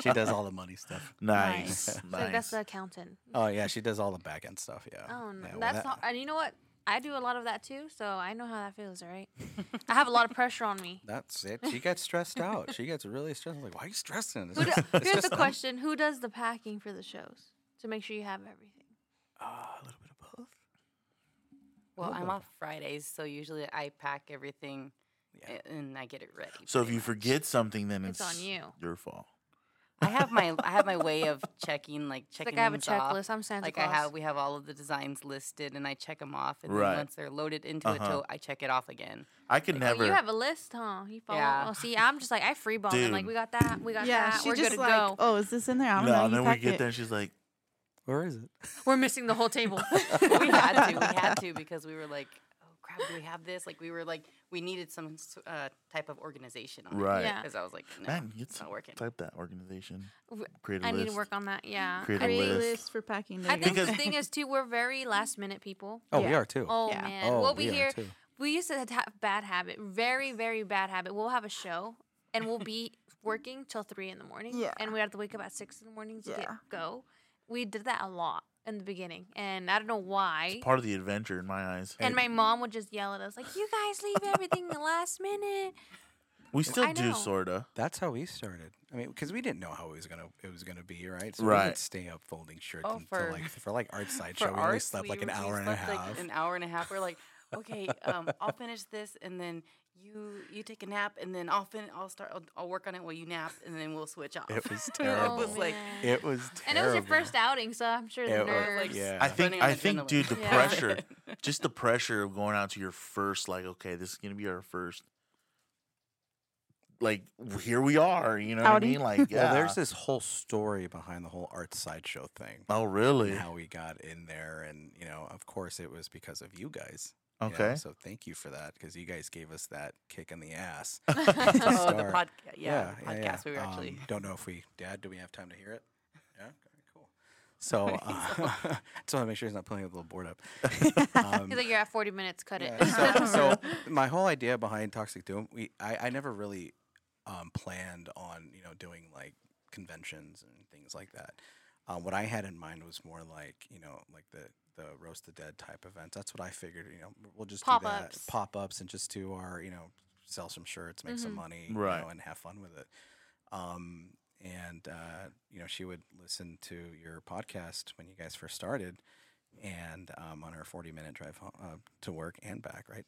B: (laughs)
D: she does all the money stuff.
A: Mm-hmm. (laughs) Nice. Nice.
B: It's like, that's the accountant.
D: Oh yeah, she does all the back end stuff. Yeah.
B: Oh, no.
D: Yeah, well,
B: that's
D: that-
B: not, and you know what? I do a lot of that too, so I know how that feels, all right? I have a lot of pressure on
D: (laughs)
B: me.
D: That's it. She gets stressed out. She gets really stressed. I'm like, why are you stressing? It's
B: Who do,
D: (laughs) just- it's
B: here's
D: just
B: the
D: them."
B: question: Who does the packing for the shows to make sure you have everything?
D: Uh, a little bit of both.
E: Well, I'm
D: Okay.
A: Oh.
E: off Fridays, so usually I pack everything
D: Yeah.
E: a- and I get it ready.
A: so if
E: pretty
A: you
E: much.
A: forget something, then it's,
B: It's on you.
A: Your fault.
E: I have my I have my way of checking like
B: It's
E: checking.
B: like I have a
E: things off.
B: checklist. I'm Santa
E: Like I
B: Claus.
E: have, we have all of the designs listed, and I check them off. And
A: Right.
E: then once they're loaded into
A: Uh-huh.
E: a tote, I check it
A: (laughs)
E: off again.
A: I could
B: Oh,
A: never.
B: you have a list, huh? You follow.
E: Yeah.
B: Oh, see, I'm just like I free ball. I'm like
A: Dude.
B: we got that. We got
C: yeah,
B: that.
C: she
B: We're
C: just
B: good to
C: like,
B: go.
C: oh, is this in there? I don't
A: no,
C: know.
A: and
C: you
A: then we
C: pack
A: get
C: it."
A: there, and she's
B: (laughs)
A: like,
D: Where is it?
B: We're missing the whole (laughs) table.
E: we had to, we had to because we were like, oh crap, do we have this? Like we were like, we needed some s- uh, type of organization on
A: Right.
B: Yeah.
E: Because I was like, no,
A: "Man, it's
E: it's not working.
A: Type that organization.
B: W-
A: Create a
B: I
A: list.
B: need to work on that. Yeah.
A: Create
B: I
A: a
C: Create
B: mean,
A: list.
C: for packing. There
B: I
C: you go.
B: think the (laughs)
A: Because-
B: thing is too, we're very last minute people.
D: Oh, we
C: Yeah.
D: are too.
B: Oh
C: Yeah.
B: man,
D: Oh,
B: we'll be
D: we are
B: here.
D: too.
B: We used to have bad habit, very very bad habit. We'll have a show, and we'll be working till three in the morning.
C: Yeah.
B: and we have to wake up at six in the morning to get
C: Yeah.
B: go. We did that a lot in the beginning, and I don't know why.
A: Part of the adventure in my eyes.
B: And my mom would just yell at us like, "You guys leave everything the last minute."
A: We still
B: I
A: do
B: know.
A: sorta.
D: That's how we started. I mean, because we didn't know how it was gonna it was gonna be, right? So We
A: Right.
D: would stay up folding shirts
E: Oh,
D: until
E: for-
D: like for like art side
E: For
D: show. We only
E: ours,
D: slept like
E: we-
D: an
E: we
D: hour and a
E: slept, like,
D: half.
E: an hour and a half. We're like, okay, um, I'll finish this, and then you you take a nap, and then I'll fin- I'll start I'll, I'll work on it while you nap, and then we'll switch off. (laughs)
D: It was
B: Oh,
D: terrible.
E: was like-
B: man.
D: it was terrible.
B: and it was your first outing, so I'm sure the
D: It was-
B: nerves.
D: yeah.
A: I think
E: Running on
A: I think,
E: adrenaline.
A: dude, the
B: Yeah.
E: (laughs)
A: pressure, just the pressure of going out to your first, like, okay, this is gonna be our first. Like here we are, you know what I
C: Outing.
A: mean?
D: (laughs)
A: Like, yeah.
D: Well, there's this whole story behind the whole art side show thing.
A: oh,
D: and
A: really?
D: How we got in there, and you know, of course, it was because of you guys. you know,
A: Okay.
D: so thank you for that, because you guys gave us that kick in
A: (laughs)
D: the ass.
E: oh, the
D: Start.
E: podcast. Yeah, the podcast.
D: yeah.
E: We were actually.
D: Um, don't know if we, Dad, do we have time to
E: (laughs)
D: hear it? Yeah, okay, cool. So, (laughs) uh, just want to make sure he's not pulling the little board
E: (laughs)
D: up. Um,
B: He's like, "You're at 40 minutes. Cut it." (laughs)
D: yeah, so, so my whole idea behind Toxic Doom, we I, I never really um, planned on you know doing like conventions and things like that. Um, what I had in mind was more like you know like the the roast the dead type events. That's what I figured. You know we'll just do that
B: Pop-ups.
D: pop ups and just do our you know sell some shirts, make some
B: Mhm.
D: money, you
A: Right.
D: know, and have fun with it. Um, and uh, you know she would listen to your podcast when you guys first started and um, on her 40 minute drive home, uh, to work and back, right?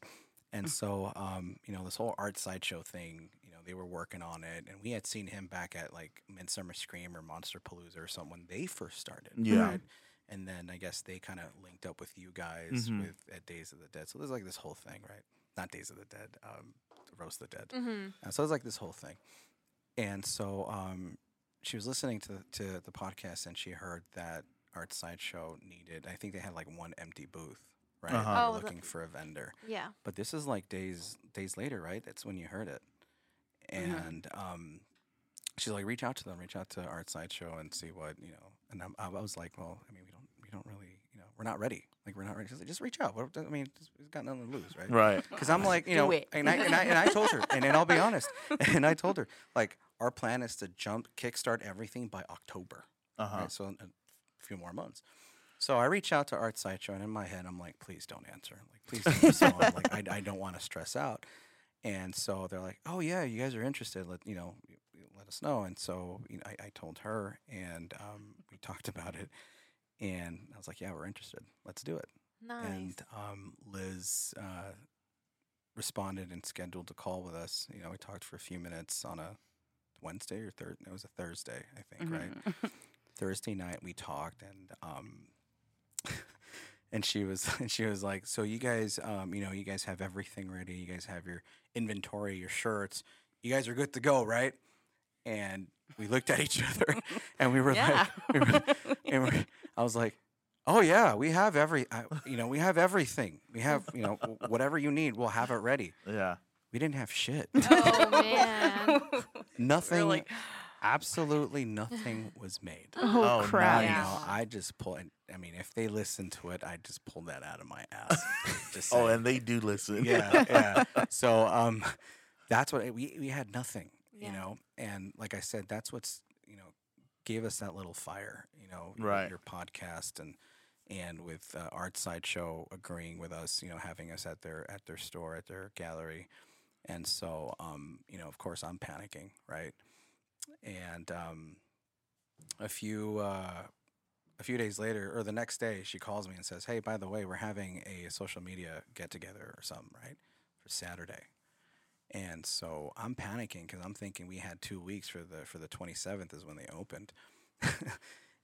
D: And so, um, you know, this whole art sideshow thing, you know, they were working on it, and we had seen him back at like Midsummer Scream or Monster Palooza or something when they first started.
A: Yeah.
D: right? And then I guess they kind of linked up with you guys
A: Mhm.
D: with at Days of the Dead. So there's like this whole thing, right? Not Days of the Dead, um, Roast the Dead.
B: hmm
D: Uh, so it was like this whole thing. And so um, she was listening to, to the podcast and she heard that Art Sideshow needed, I think they had like one empty booth right?
A: Uh-huh.
D: When
B: Oh,
D: you're
B: the-
D: looking for a vendor.
B: Yeah.
D: But this is like days days later, right? That's when you heard it.
B: Mm-hmm.
D: And um, she's like, reach out to them, reach out to Art Sideshow and see what you know. And I'm, I was like, well, I mean, we don't we don't really, you know, we're not ready. Like we're not ready. She's like, just reach out. What I mean, just, we've got nothing to lose, right?
A: Right.
D: Because I'm like, you
E: do
D: know,
E: it.
D: and I, and I and I told her, and, and I'll be
E: (laughs)
D: honest, and I told her, like, our plan is to jump kickstart everything by October.
A: Uh huh.
D: Right, so in a few more months. So I reach out to Art Sideshow, and in my head, I'm like, please don't answer. Like, please don't respond. like, I, I don't want to stress out. And so they're like, oh yeah, you guys are interested. Let you know, y- y- let us know. And so you know, I, I told her, and um, we talked about it. And I was like, yeah, we're interested. Let's do it.
B: Nice.
D: (laughs) And um, Liz uh, responded and scheduled a call with us. You know, we talked for a few minutes on a Wednesday or third. It was a Thursday, I
E: (laughs)
D: think, Um,
E: Mm-hmm.
D: right? Thursday night we talked and um (laughs) and she was (laughs) and she was like, "So you guys um you know, you guys have everything ready. You guys have your inventory, your shirts. You guys are good to go, right?" And we looked at each (laughs) other and we were
E: yeah.
D: like we were,
E: (laughs)
D: and we're, I was like, "Oh yeah, we have every I, you know, we have everything. We have, you know, w- whatever you need, we'll have it ready."
A: Yeah.
D: We didn't have shit.
B: Oh man.
D: (laughs)
E: We're
D: Nothing.
E: like,
D: absolutely nothing was made.
A: Oh,
C: Oh,
A: no,
C: crap.
D: I
E: Yeah.
D: know. I just pull. and- I mean, if they listen to it, I just pull that out of my ass. Just
A: Oh,
D: saying.
A: and they do listen. (laughs)
D: yeah, yeah. So, um, that's what we we had nothing,
B: Yeah.
D: you know. And like I said, that's what's you know gave us that little fire, you know, with
A: Right.
D: Your podcast and and with uh, Art Sideshow agreeing with us, you know, having us at their at their store at their gallery, and so um, you know, of course, I'm panicking, right? And um, a few uh, a few days later, or the next day, she calls me and says, "Hey, by the way, we're having a social media get together or something, right, for Saturday." And so I'm panicking because I'm thinking we had two weeks for the for the 27th is when they opened, (laughs)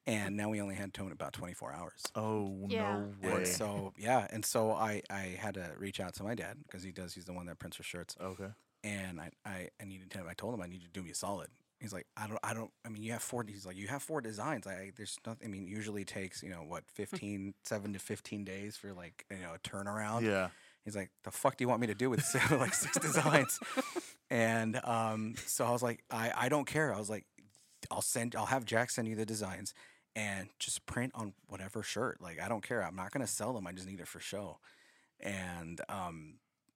D: and now we only had to about 24 hours.
A: Oh
B: Yeah.
A: no way.
D: And so yeah, and so I I had to reach out to my dad because he does he's the one that prints our shirts,
A: okay.
D: and I I, I needed him. I told him I need you to do me a solid. He's like, I don't, I don't. I mean, you have four. He's like, you have four designs. I, I there's nothing. I mean, usually it takes you know what, 15, seven to fifteen days for like you know a turnaround.
A: Yeah.
D: He's like, the fuck do you want me to do with (laughs) seven, like six designs? And um, so I was like, I, I don't care. I was like, I'll send, I'll have Jack send you the designs and just print on whatever shirt. Like, I don't care. I'm not going to sell them. I just need it for show. And um,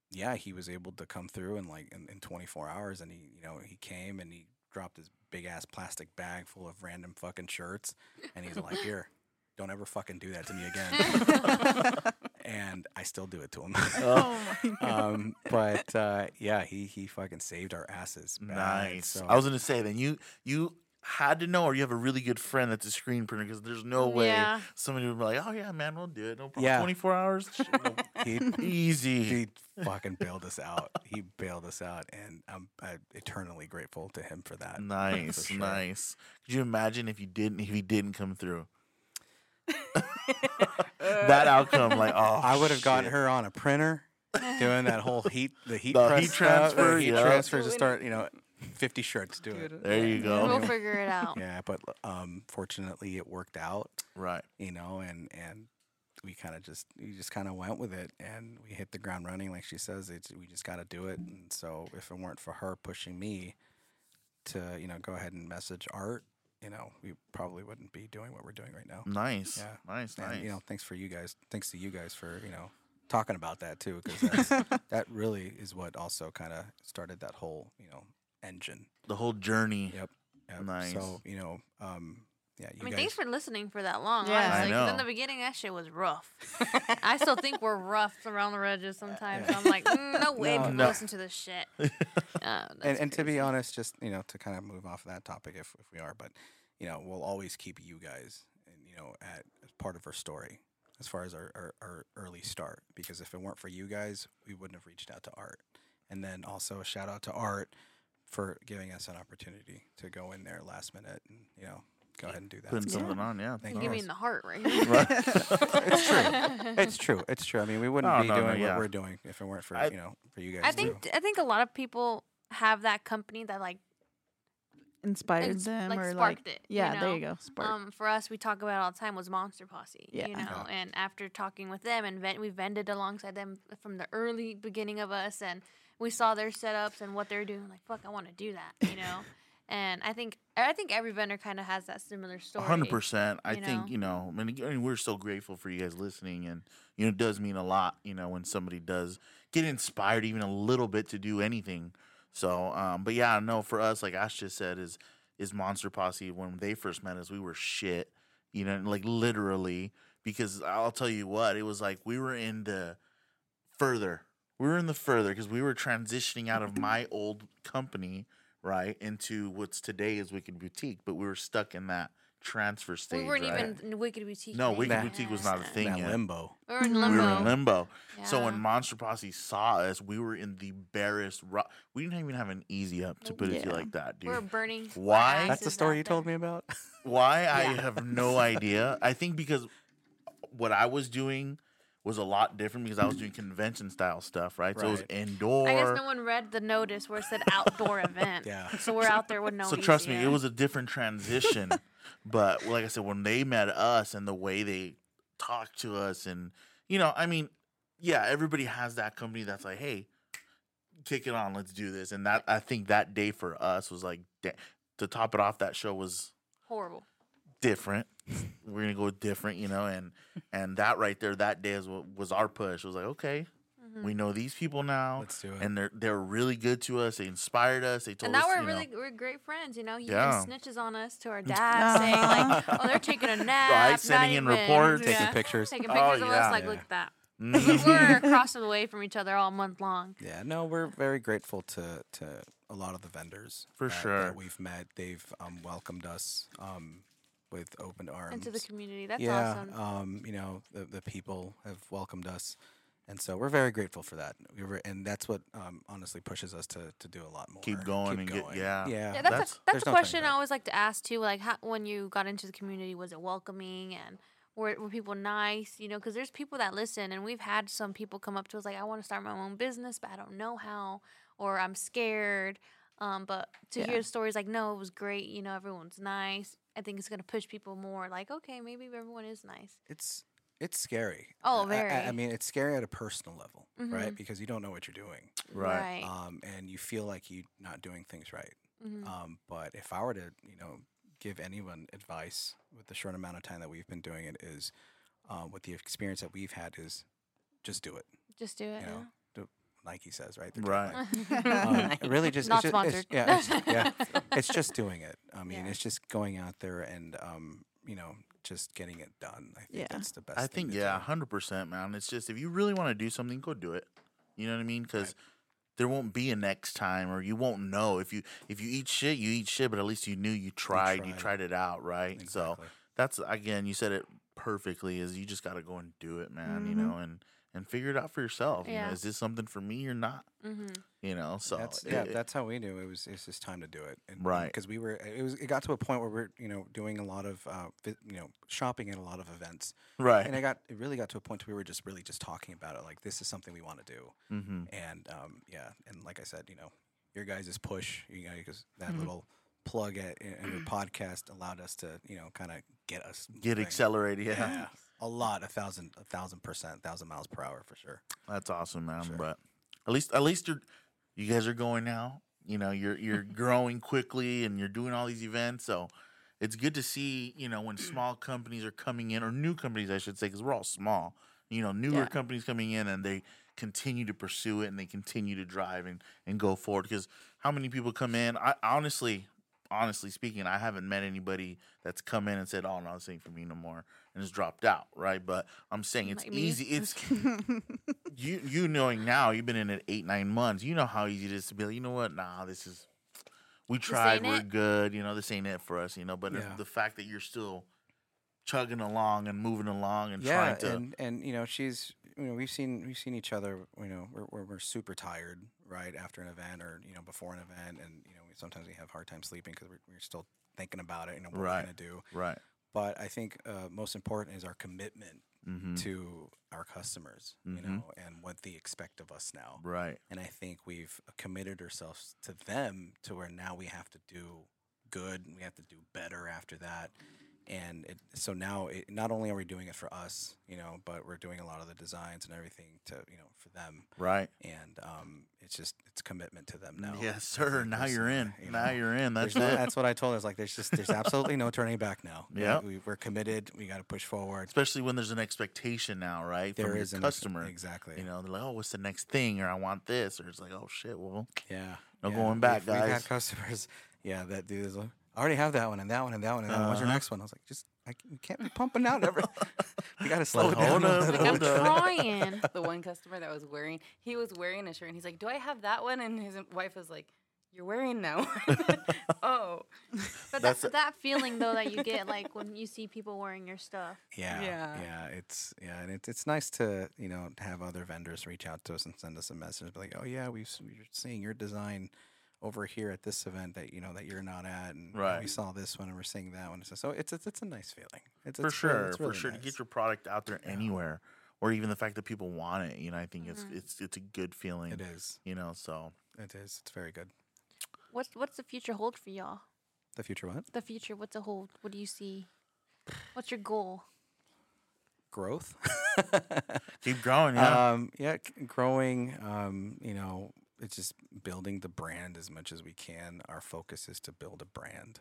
D: yeah, he was able to come through and like in, in 24 hours and he, you know, he came and he dropped his big ass plastic bag full of random fucking shirts. And he's like, here, don't ever fucking do that to me again. and I still do it to him. (laughs)
C: Oh
B: (laughs)
C: my god.
D: um, but uh, yeah, he he fucking saved our asses. bad.
A: Nice.
D: So,
A: I was gonna say then you you had to know or you have a really good friend that's a screen printer because there's no way
B: Yeah.
A: somebody would be like, Oh yeah, man, we'll do it. No problem.
D: Yeah.
A: Twenty four
D: (laughs)
A: hours? Sh-
D: (laughs)
A: (laughs)
D: he,
A: Easy.
D: he fucking bailed us out. He bailed us out, and I'm, I'm eternally grateful to him for (laughs) that.
A: Nice,
D: sure.
A: nice. Could you imagine if you didn't if he didn't come through?
B: Uh, (laughs)
A: that
E: (laughs)
A: outcome, like oh
D: I would have gotten
A: shit.
D: her on a printer, doing that
A: (laughs)
D: whole heat the heat
A: The
D: press
A: heat
D: stuff,
A: transfer,
D: the heat
A: yeah.
D: transfer to start you know fifty shirts do it.
A: There you
B: we'll
A: go.
B: figure it out.
D: Yeah, but um, fortunately it worked out.
A: Right.
D: you know, and and we kind of just we just kind of went with it, and we hit the ground running, like she says. It's, we just got to do it, and so if it weren't for her pushing me to, you know, go ahead and message Art, you know, we probably wouldn't be doing what we're doing right now.
A: Nice.
D: Yeah.
A: Nice. Nice.
D: And you know, thanks for you guys, thanks to you guys for you know talking about that too, because
A: (laughs)
D: that really is what also kind of started that whole you know engine.
A: the whole journey. (laughs)
D: Yep. yep.
A: Mm. Nice.
D: So you know, um, yeah, you
B: I mean,
D: guys.
B: thanks for listening for that long.
C: Yeah.
B: honestly,
A: I
B: 'cause In
A: know.
B: the beginning, that shit was
D: (laughs)
B: rough. I still think we're rough around the edges sometimes. So I'm like, "Mm, no way
D: (laughs) No.
B: people
A: No.
B: listen to this shit. Uh,
D: and,
B: that's
D: and to
B: crazy.
D: be honest, just you know, to kind of move off that topic, if, if we are, but you know, we'll always keep you guys, and you know, at as part of our story, as far as our, our, our early start, because if it weren't for you guys, we wouldn't have reached out to Art, and then also a shout out to Art for giving us an opportunity to go in there last minute and you know, go ahead and do that.
A: Putting
D: So,
C: Yeah.
A: something on, yeah.
D: Thank
B: you
D: you
B: give me
D: guys.
B: in the heart right here.
D: (laughs) it's
B: (laughs)
D: true. It's true. It's true. I mean, we wouldn't
A: Oh,
D: be
A: no, no,
D: doing what
A: yeah.
D: we're doing if it weren't for
A: I-
D: you know for you guys.
B: I
D: too.
B: think I think a lot of people have that company that like
C: inspired
B: Ins-
C: them
B: like,
C: or
B: sparked
C: like
B: it, you
C: yeah there
B: know?
C: you go spark
B: Um, for us, we talk about it all the time was Monster Posse.
C: Yeah.
B: You know,
C: Yeah.
B: and after talking with them and vent, we vended alongside them from the early beginning of us, and we saw their setups and what they're doing. Like, fuck, I want to do that.
A: (laughs)
B: You know. And I think I think every vendor kind of has that similar story.
A: hundred percent. I
B: you
A: think
B: know?
A: you know, I mean, again, we're so grateful for you guys listening, and you know, it does mean a lot. You know, when somebody does get inspired even a little bit to do anything. So, um, but yeah, no, for us, like Ash just said, is is Monster Posse. When they first met us, we were shit. You know, like literally, because I'll tell you what, it was like we were in the further. We were in the further because we were transitioning out
B: Mm-hmm.
A: of my old company, right, into what's today is Wicked Boutique, but we were stuck in that transfer stage.
B: we weren't
A: right?
B: even in Wicked Boutique.
A: No,
B: yet.
A: Wicked
D: Nah.
A: Boutique was not a
B: Yeah.
A: thing
D: that
A: yet.
D: limbo.
B: We were in
C: We
B: limbo.
A: We were in limbo. So when
B: Yeah.
A: Monster Posse saw us, we were in the barest rock. We didn't even have an easy up to put it to you
C: Yeah.
A: like that,
B: we were
A: dude.
B: burning. our
A: Why? That's
D: That's
B: asses
D: the
B: out
D: story you
B: there.
D: told me about.
A: Why I
E: Yeah.
A: have no idea. I think because what I was doing was a lot different because I was doing convention style stuff, right? So it was
D: Right.
A: indoor.
B: I guess no one read the notice where it said
A: (laughs)
B: outdoor event.
D: Yeah.
B: So we're out there with no. E
A: so trust me,
B: ECM.
A: it was a different
B: (laughs)
A: transition. but like I said, when they met us and the way they talked to us, and you know, I mean, yeah, everybody has that company that's like, hey, kick it on, let's do this. And that I think that day for us was like da- to top it off. That show was
B: horrible.
A: different. We're gonna go different, you know, and and that right there, that day is what was our push. It was like, okay,
B: Mhm.
A: we know these people now,
D: (laughs) Let's do it.
A: and they're they're really good to us. They inspired us. They told
B: and now
A: us,
B: we're
A: you know,
B: really we're great friends, you know. He even
A: Yeah.
B: snitches on us to our dad, saying like, "Oh,
A: (laughs)
B: they're taking a nap, not
A: sending in
B: even-
A: reports.
D: Taking pictures.
B: taking
A: Oh,
B: pictures of
A: yeah.
B: us." Like,
D: Yeah.
B: look at that. (laughs)
A: mhm. (laughs)
B: We're across the way from each other all month long.
D: Yeah, no, we're very grateful to to a lot of the vendors
A: For
D: that,
A: sure.
D: that we've met. They've um, welcomed us um, with open arms.
B: Into the community, that's
D: yeah,
B: awesome.
D: um, you know the the people have welcomed us, and so we're very grateful for that. We were, and that's what um, honestly pushes us to to do a lot more.
A: Keep going and get- yeah.
D: yeah.
B: yeah, that's,
A: that's-
B: a, that's
D: there's
B: a
D: no turning
B: question I
D: back.
B: always like to ask too. Like, how, when you got into the community, was it welcoming and were, were people nice? You know, because there's people that listen, and we've had some people come up to us like, "I want to start my own business, but I don't know how," or "I'm scared." Um, but to hear stories like, "No, it was great," you know, everyone's nice. I think it's gonna push people more. Like, okay, maybe everyone is nice.
D: it's it's scary.
B: Oh,
D: I- I, I,
B: very.
D: mean, it's scary at a personal level, right?
B: Mhm.
D: Because you don't know what you're doing,
A: Right.
D: um, and you feel like you're not doing things right.
B: Mhm.
D: Um, but if I were to, you know, give anyone advice with the short amount of time that we've been doing it, is um, with the experience that we've had, is just do it.
B: Just do it.
D: You know, do- Nike says, right? They're just
A: Right. (laughs)
D: like-
B: yeah. (laughs)
D: um, it really, just
B: Not
D: it's ju- it's-
B: sponsored.
D: yeah, it's,
B: (laughs)
D: yeah, it's just doing it. I mean,
B: Yeah.
D: it's just going out there and, um, you know, just getting it done. I think
C: Yeah.
D: that's the best.
A: I
D: thing
A: think
D: to
A: yeah,
D: do.
A: hundred percent, man. It's just if you really want to do something, go do it. You know what I mean? Because there won't be a next time, or you won't know if you if you eat shit, you eat shit, but at least you knew you tried, you
D: tried.
A: tried it out, right? So
D: Exactly.
A: that's again, you said it perfectly. Is you just got to go and do it, man. You
C: Mhm.
D: Mm-hmm.
A: know, and and figure it out for yourself. You
B: Yeah.
A: know, is this something for me or not?
B: hmm
A: You know, so
D: that's
A: it-
D: yeah,
A: it-
D: that's how we knew it was. It's just time to do it, and,
A: Right.
D: Because we were, it was, it got to a point where we're, you know, doing a lot of, uh, vi- you know, shopping at a lot of events,
A: right. (laughs)
D: and it got, it really got to a point where we were just really just talking about it, like this is something we want to do,
A: Mm-hmm.
D: and um, yeah, and like I said, you know, your guys' push, you know, because that
A: Mm-hmm.
C: Mhm.
D: little plug at in,
A: (clears throat)
D: in your podcast allowed us to, you know, kind of get us
A: Get
D: moving.
A: accelerated, yeah.
D: yeah, a lot, a thousand, a thousand percent, thousand miles per hour for sure.
A: That's awesome, man.
D: Sure.
A: But at least at least you're you guys are going now. You know, you're you're growing quickly and you're doing all these events. So it's good to see, you know, when small companies are coming in or new companies I should say, because we're all small. You know, newer
C: Yeah.
A: companies coming in and they continue to pursue it and they continue to drive and, and go forward. Because how many people come in? I honestly honestly speaking, I haven't met anybody that's come in and said, Oh no, this ain't for me no more and has dropped out, right? But I'm saying it's
B: Like me.
A: easy it's (laughs)
B: (laughs)
A: you you knowing now you've been in it eight nine months you know how easy it is to be like you know what nah this is we tried
B: ain't
A: we're
B: it."
A: good you know this ain't it for us you know but if
D: Yeah.
A: the fact that you're still chugging along and moving along and
D: yeah,
A: trying to
D: and and you know she's you know we've seen we've seen each other you know we're, we're, we're super tired right after an event or you know before an event and you know we, sometimes we have a hard time sleeping because we're, we're still thinking about it you know what
A: Right.
D: we're gonna do
A: right
D: but I think uh, most important is our commitment
A: mm-hmm.
D: to our customers
A: Mhm.
D: you know and what they expect of us now
A: right
D: and I think we've committed ourselves to them to where now we have to do good. We have to do better after that. And it, so now, it, not only are we doing it for us, you know, but we're doing a lot of the designs and everything to, you know, for them.
A: Right.
D: And um, it's just it's commitment to them now.
A: Yes, sir.
D: think
A: Now
D: there's,
A: you're
D: uh,
A: in.
D: you
A: now
D: know,
A: you're in. That's
D: There's
A: it.
D: no- that's what I told her. I was like, there's just there's absolutely no turning back now. We-
A: Yeah.
D: we, we're committed. We got to push forward.
A: Especially when there's an expectation now, right?
D: There
A: from
D: is
A: your
D: an ex-
A: customer.
D: exactly.
A: You know, they're like, oh, what's the next thing? Or I want this. Or it's like, oh, shit, well,
D: Yeah.
A: No
D: yeah.
A: going back,
D: we've, We've
A: guys.
D: had customers, (laughs) yeah, that do this. "Well, I already have that one and that one and that one and that one. What's your
A: Uh-huh.
D: next one? I was like, just I c- we can't be pumping out every. (laughs) we gotta slow
A: Like,
D: it down.
A: hold
D: a
A: up,
D: little
B: Like,
D: (laughs)
B: I'm
A: hold
D: bit."
A: up.
B: trying.
E: the one customer that was wearing, he was wearing a shirt, and he's like, "Do I have that one?" And his wife was like, "You're wearing
D: (laughs)
E: that one." (laughs) oh,
B: But
A: That's
B: that,
A: a-
B: that feeling though that you get like when you see people wearing your stuff.
D: Yeah, yeah,
E: Yeah.
D: It's yeah, and it's it's nice to you know to have other vendors reach out to us and send us a message, be like, oh yeah, we've s- we're seeing your design over here at this event that you know that you're not at, and we
A: Right.
D: saw this one and we're seeing that one. So, so it's, it's it's a nice feeling. It's,
A: for
D: it's
A: sure,
D: really- it's
A: for
D: really
A: sure,
D: nice.
A: to get your product out there anywhere, or even the fact that people want it. You know, I think
B: Mhm.
A: it's it's it's a good feeling.
D: It is.
A: You know, so
D: It is. It's very good.
B: What's what's the future hold for y'all?
D: The future what?
B: The future, what's a hold? What do you see? What's your goal?
A: (laughs)
D: Growth. (laughs)
A: keep growing. Yeah.
D: um, yeah, c- growing. Um, you know, it's just building the brand as much as we can. Our focus is to build a brand.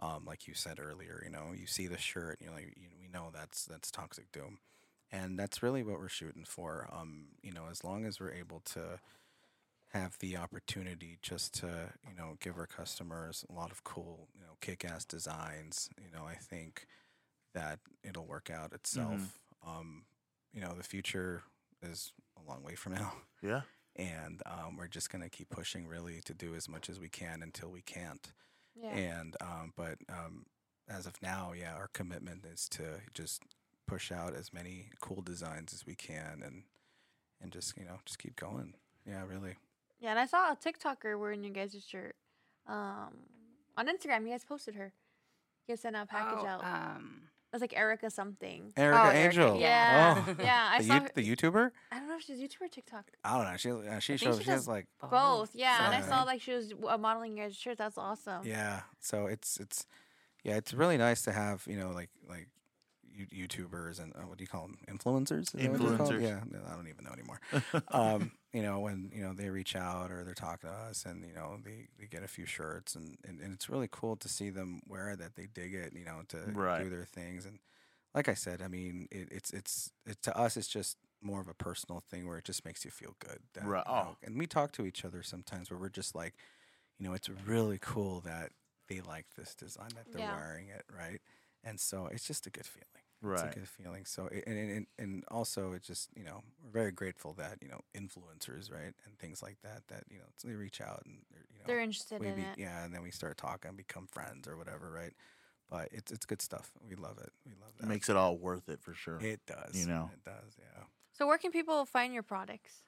D: Um, like you said earlier, you know, you see the shirt, and you're like, you, we know that's that's toxic doom, and that's really what we're shooting for. Um, you know, as long as we're able to have the opportunity just to you know give our customers a lot of cool you know kick-ass designs you know i think that it'll work out itself um you know the future is a long way from now (laughs)
A: yeah.
D: and um, we're just going to keep pushing really to do as much as we can until we can't
B: Yeah.
D: and um, but um, as of now yeah our commitment is to just push out as many cool designs as we can and and just you know just keep going yeah really
B: Yeah, and I saw a TikToker wearing your guys' shirt. Um on Instagram, you guys posted her. You guys sent out a package
E: oh,
B: out. It
E: Um,
B: was like Oh, Erica something.
D: Erica
E: Erica,
D: Angel.
B: Yeah.
D: Oh.
B: (laughs) Yeah, I
D: the,
B: saw
D: you-
B: her.
D: the YouTuber?
B: I don't know if she's YouTube or TikTok.
D: I don't know. She uh, she
E: think
D: shows
E: she
D: she,
E: does
D: has like
E: both.
B: Both, yeah. And I
D: Okay.
B: saw like she was uh, modeling your guys' shirt. That's awesome.
D: yeah. So it's it's yeah, it's really nice to have you know like like you- YouTubers and uh, what do you call them? Influencers? Is that what they're called?
A: Influencers.
D: Yeah, no, I don't even know anymore.
A: (laughs)
D: um, you know when you know they reach out or they're talking to us and you know they, they get a few shirts and, and and it's really cool to see them wear that they dig it you know to
A: Right.
D: do their things and like I said I mean it, it's it's it, to us it's just more of a personal thing where it just makes you feel good that,
A: Right.
D: you know,
A: Oh.
D: and we talk to each other sometimes where we're just like you know it's really cool that they like this design that they're
B: Yeah.
D: wearing it right and so it's just a good feeling
A: Right.
D: it's a good feeling. So it, and, and and also it's just you know we're very grateful that you know influencers right and things like that that you know they reach out and they're, you know
B: They're interested
D: we
B: in
D: be-
B: it.
D: yeah and then we start talking become friends or whatever right. But it's it's good stuff. We love it. We love
A: It
D: that.
A: makes it all worth it for sure.
D: it does.
A: know.
D: it does. Yeah.
B: So where can people find your products?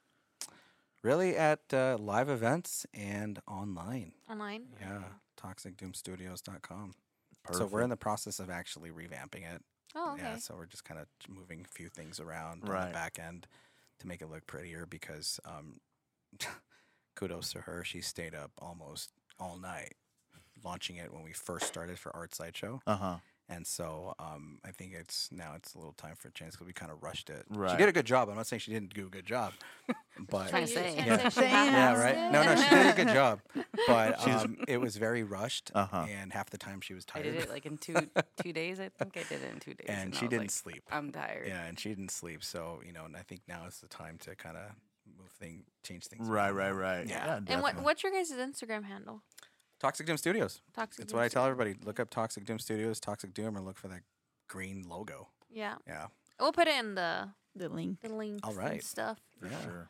D: Really at uh, live events and online.
B: Online?
D: Yeah. ToxicDoomStudios.com. So we're in the process of actually revamping it.
B: Oh, okay.
D: Yeah, so we're just kind of moving a few things around on
A: Right.
D: the back end to make it look prettier because um, (laughs) kudos to her. She stayed up almost all night launching it when we first started for Art Sideshow.
A: Uh huh.
D: And so um, I think it's now it's a little time for a chance because we kind of rushed it. She
A: Right.
D: did a good job. I'm not saying she didn't do a
B: (laughs)
D: good job, but
E: trying to
B: So you're
E: say.
B: trying
D: Yeah.
B: to say she
C: Damn.
D: yeah,
B: has
D: right.
B: it?
D: No, no, she did a good job, but
A: She's-
D: um, it was very rushed,
A: Uh huh.
D: and half the time she was
E: I
D: tired, (laughs)
E: did it like in two two days. I think I did it in two days,
D: and
E: I
D: she
E: was
D: didn't
E: like,
D: sleep.
E: I'm tired.
D: Yeah, and she didn't sleep. So you know, and I think now is the time to kind of move thing, change things.
A: Right.
D: around.
A: Right. Right.
D: Yeah.
B: (laughs) And what
A: definitely.
B: what's your guys' Instagram handle?
D: Toxic Doom Studios.
B: Toxic.
D: That's what I
B: Juice?
D: tell everybody. Look up Toxic Doom Studios, Toxic Doom, and look for that green logo.
B: Yeah.
D: Yeah.
B: We'll put it in the
C: (laughs) The link.
B: the links
D: right.
B: and stuff.
A: for
D: Yeah.
A: sure.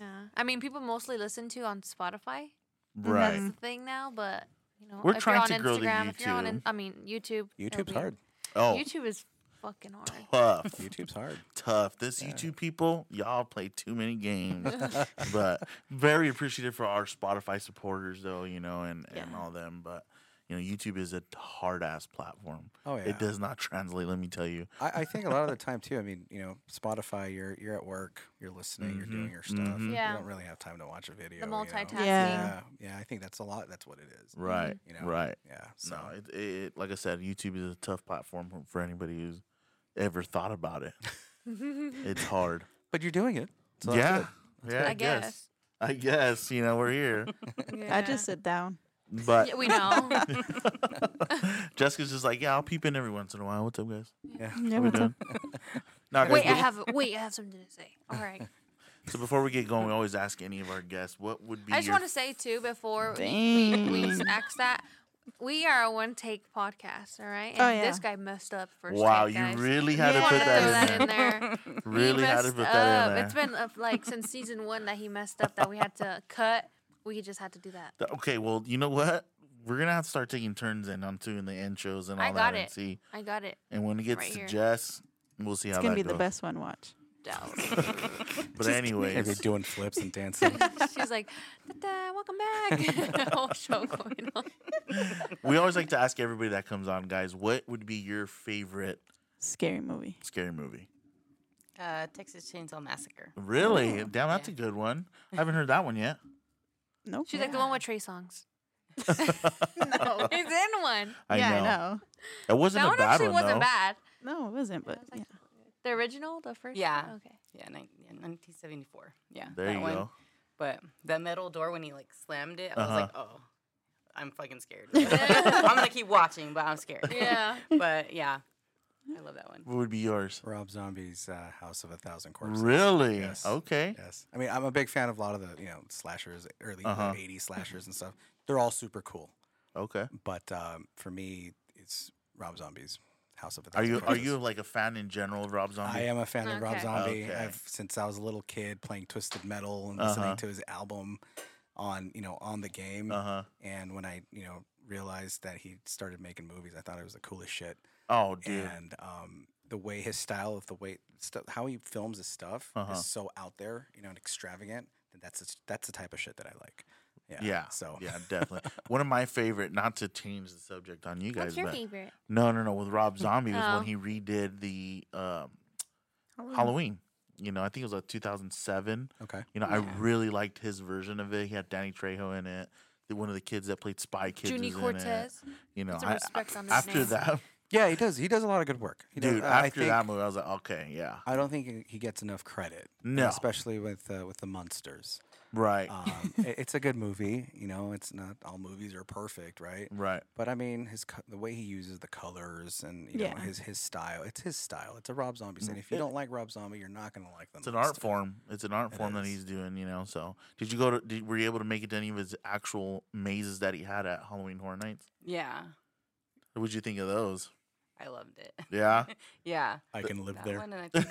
B: Yeah. I mean, people mostly listen to on Spotify.
A: Right.
B: That's the thing now, but you know,
A: We're
B: if
A: trying
B: you're on
A: to grow the
B: Instagram, if you're on,
A: YouTube.
B: in, I mean, YouTube. that'll
D: YouTube's
B: be-
D: hard.
A: Oh,
B: YouTube is fucking hard.
A: tough,
D: (laughs) YouTube's
A: (laughs)
D: hard.
A: tough. This YouTube people, y'all play too many
B: (laughs)
D: (laughs)
A: games. but very appreciative for our Spotify supporters, though, you know, and and
B: Yeah.
A: all them. But you know, YouTube is a hard ass platform.
D: Oh yeah.
A: It does not translate. Let me tell you.
D: I, I think a lot
A: (laughs)
D: of the time too. I mean, you know, Spotify. You're you're at work. You're listening. You're doing
A: Mhm,
D: your stuff.
A: mhm.
B: Yeah.
D: You don't really have time to watch a video.
B: The
D: you know?
B: multitasking. (laughs)
C: Yeah.
D: Yeah. Yeah. I think that's a lot. That's what it is.
A: Right.
D: You know,
A: Right.
D: Yeah. So.
A: No, it, it like I said, YouTube is a tough platform for- for anybody who's ever thought about it. It's hard.
D: But you're doing it. So that's
A: yeah.
D: good.
A: yeah,
B: I guess.
A: I guess, you know, we're here.
C: I
B: Yeah.
C: just sit
B: (laughs)
C: down.
A: But
B: Yeah, we know.
A: (laughs) Jessica's just like, yeah, I'll peep in every once in a while. What's up, guys?
D: Yeah.
C: Yeah,
A: What we
C: what's up? (laughs)
A: doing? (laughs) Nah, guys,
B: wait, I
A: we-
B: have wait, I have something to say. All
D: (laughs)
B: right.
A: so before we get going, we always ask any of our guests, what would be
B: I just
A: your
B: want to say too before we,
C: Dang.
B: we ask that we are a one take podcast, all right? And
C: Oh,
B: this
C: yeah.
B: guy messed up first.
A: Wow,
B: take,
A: you
B: guys.
A: really had to
C: Yeah.
A: put
B: Wanna throw
A: that in there. (laughs)
B: that in there. He
A: Really had to
B: messed
A: put that in
B: up.
A: there.
B: It's been uh, like since season one that he messed up that we had to cut. We just had to do that.
A: Th- Okay, well, you know what? We're gonna have to start taking turns in on doing the intros and all
B: I got
A: that and
B: it.
A: see.
B: I got it.
A: And when it gets
B: Right
A: to
B: here.
A: Jess, we'll see
C: It's
A: how
C: gonna
A: that
C: be
A: goes.
C: the best one. Watch.
A: (laughs)
B: Down.
A: But
D: They're
A: anyways,
D: doing flips and dancing.
B: She's like, "Da-da, welcome back. (laughs) Whole show going on.
A: we always like to ask everybody that comes on, guys, what would be your favorite
C: Scary movie.
A: scary movie?
E: Uh, Texas Chainsaw Massacre.
A: Really? Damn, that's
E: Yeah.
A: a good one. I haven't
B: (laughs)
A: heard that one yet.
C: Nope.
B: She's like the one with
A: (laughs)
B: Trey songs. (laughs) no, he's in one.
A: I
C: yeah,
A: know.
C: I
A: It wasn't
B: that
A: a
B: one
A: bad
B: actually
A: one
B: wasn't
A: though.
B: bad.
C: know. No, it wasn't. But yeah.
B: The original, the first.
E: Yeah.
B: One? Okay.
E: Yeah, nine, yeah 1974. Yeah.
A: There
E: that
A: you
E: one.
A: go.
E: But that metal door when he like slammed it, I
A: Uh-huh.
E: was like, oh, I'm
B: (laughs)
E: fucking scared. I'm gonna keep watching, but I'm scared.
B: Yeah.
E: (laughs) but yeah, I love that one.
A: What would be yours?
D: (laughs) Rob Zombie's uh, House of a Thousand Corpses.
A: Really?
D: Yes.
A: Okay.
D: Yes. I mean, I'm a big fan of a lot of the, you know, slashers, early
A: Uh-huh.
D: 80s slashers and stuff. They're all super cool.
A: Okay.
D: But um, for me, it's Rob Zombie's House of a
A: Are
D: Thousand
A: you are
D: Corpses.
A: you like a fan in general of Rob Zombie?
D: I am a fan of Rob
B: Okay.
D: Zombie.
A: Okay.
D: I've since I was a little kid playing Twisted Metal and listening
A: Uh-huh.
D: to his album on, you know, on the game.
A: Uh huh.
D: And when I, you know, realized that he started making movies, I thought it was the coolest shit.
A: Oh, dude.
D: and um, the way his style of the way stu how he films his stuff
A: Uh-huh.
D: is so out there, you know, and extravagant. That that's the s- that's the type of shit that I like. Yeah.
A: Yeah.
D: So
A: (laughs) Yeah, definitely. One of my favorite, not to change the subject on you guys,
B: What's your
A: but
B: favorite?
A: no, no, no. With
B: (laughs)
A: Rob Zombie was
B: Oh. Mm.
A: when he redid the um, Halloween. You know, I think it was uh, like 2007.
D: okay.
A: You know,
E: Yeah.
A: I really liked his version of it. He had Danny Trejo in it. The, one of the kids that played Spy Kids
B: Junie
A: was in it.
B: Cortez.
A: You know,
B: Put some
A: I- I-
B: respect on his
A: after
B: name.
A: that,
D: Yeah, he does. He does a lot of good work. He does-
A: dude,
D: I- I
A: after
D: think-
A: that movie, I was like, okay, yeah,
D: I don't think he- he gets enough credit. you know,
A: No.
D: especially with uh, with the monsters.
A: right,
D: (laughs) Um, i- it's a good movie. You know, it's not all movies are perfect, right?
A: right,
D: But I mean, his co- the way he uses the colors and you
C: Yeah.
D: know his his style. It's his style. It's a Rob Zombie. And if you
A: Yeah.
D: don't like Rob Zombie, you're not gonna like them.
A: it's an art form. It's an art
D: It
A: form that
D: is.
A: he's doing. You know, so did you go to? Did, were you able to make it to any of his actual mazes that he had at Halloween Horror Nights?
E: Yeah,
A: What would you think of those?
E: I loved it.
A: Yeah, (laughs)
E: Yeah,
D: I can live
E: that
D: there.
E: one, and I think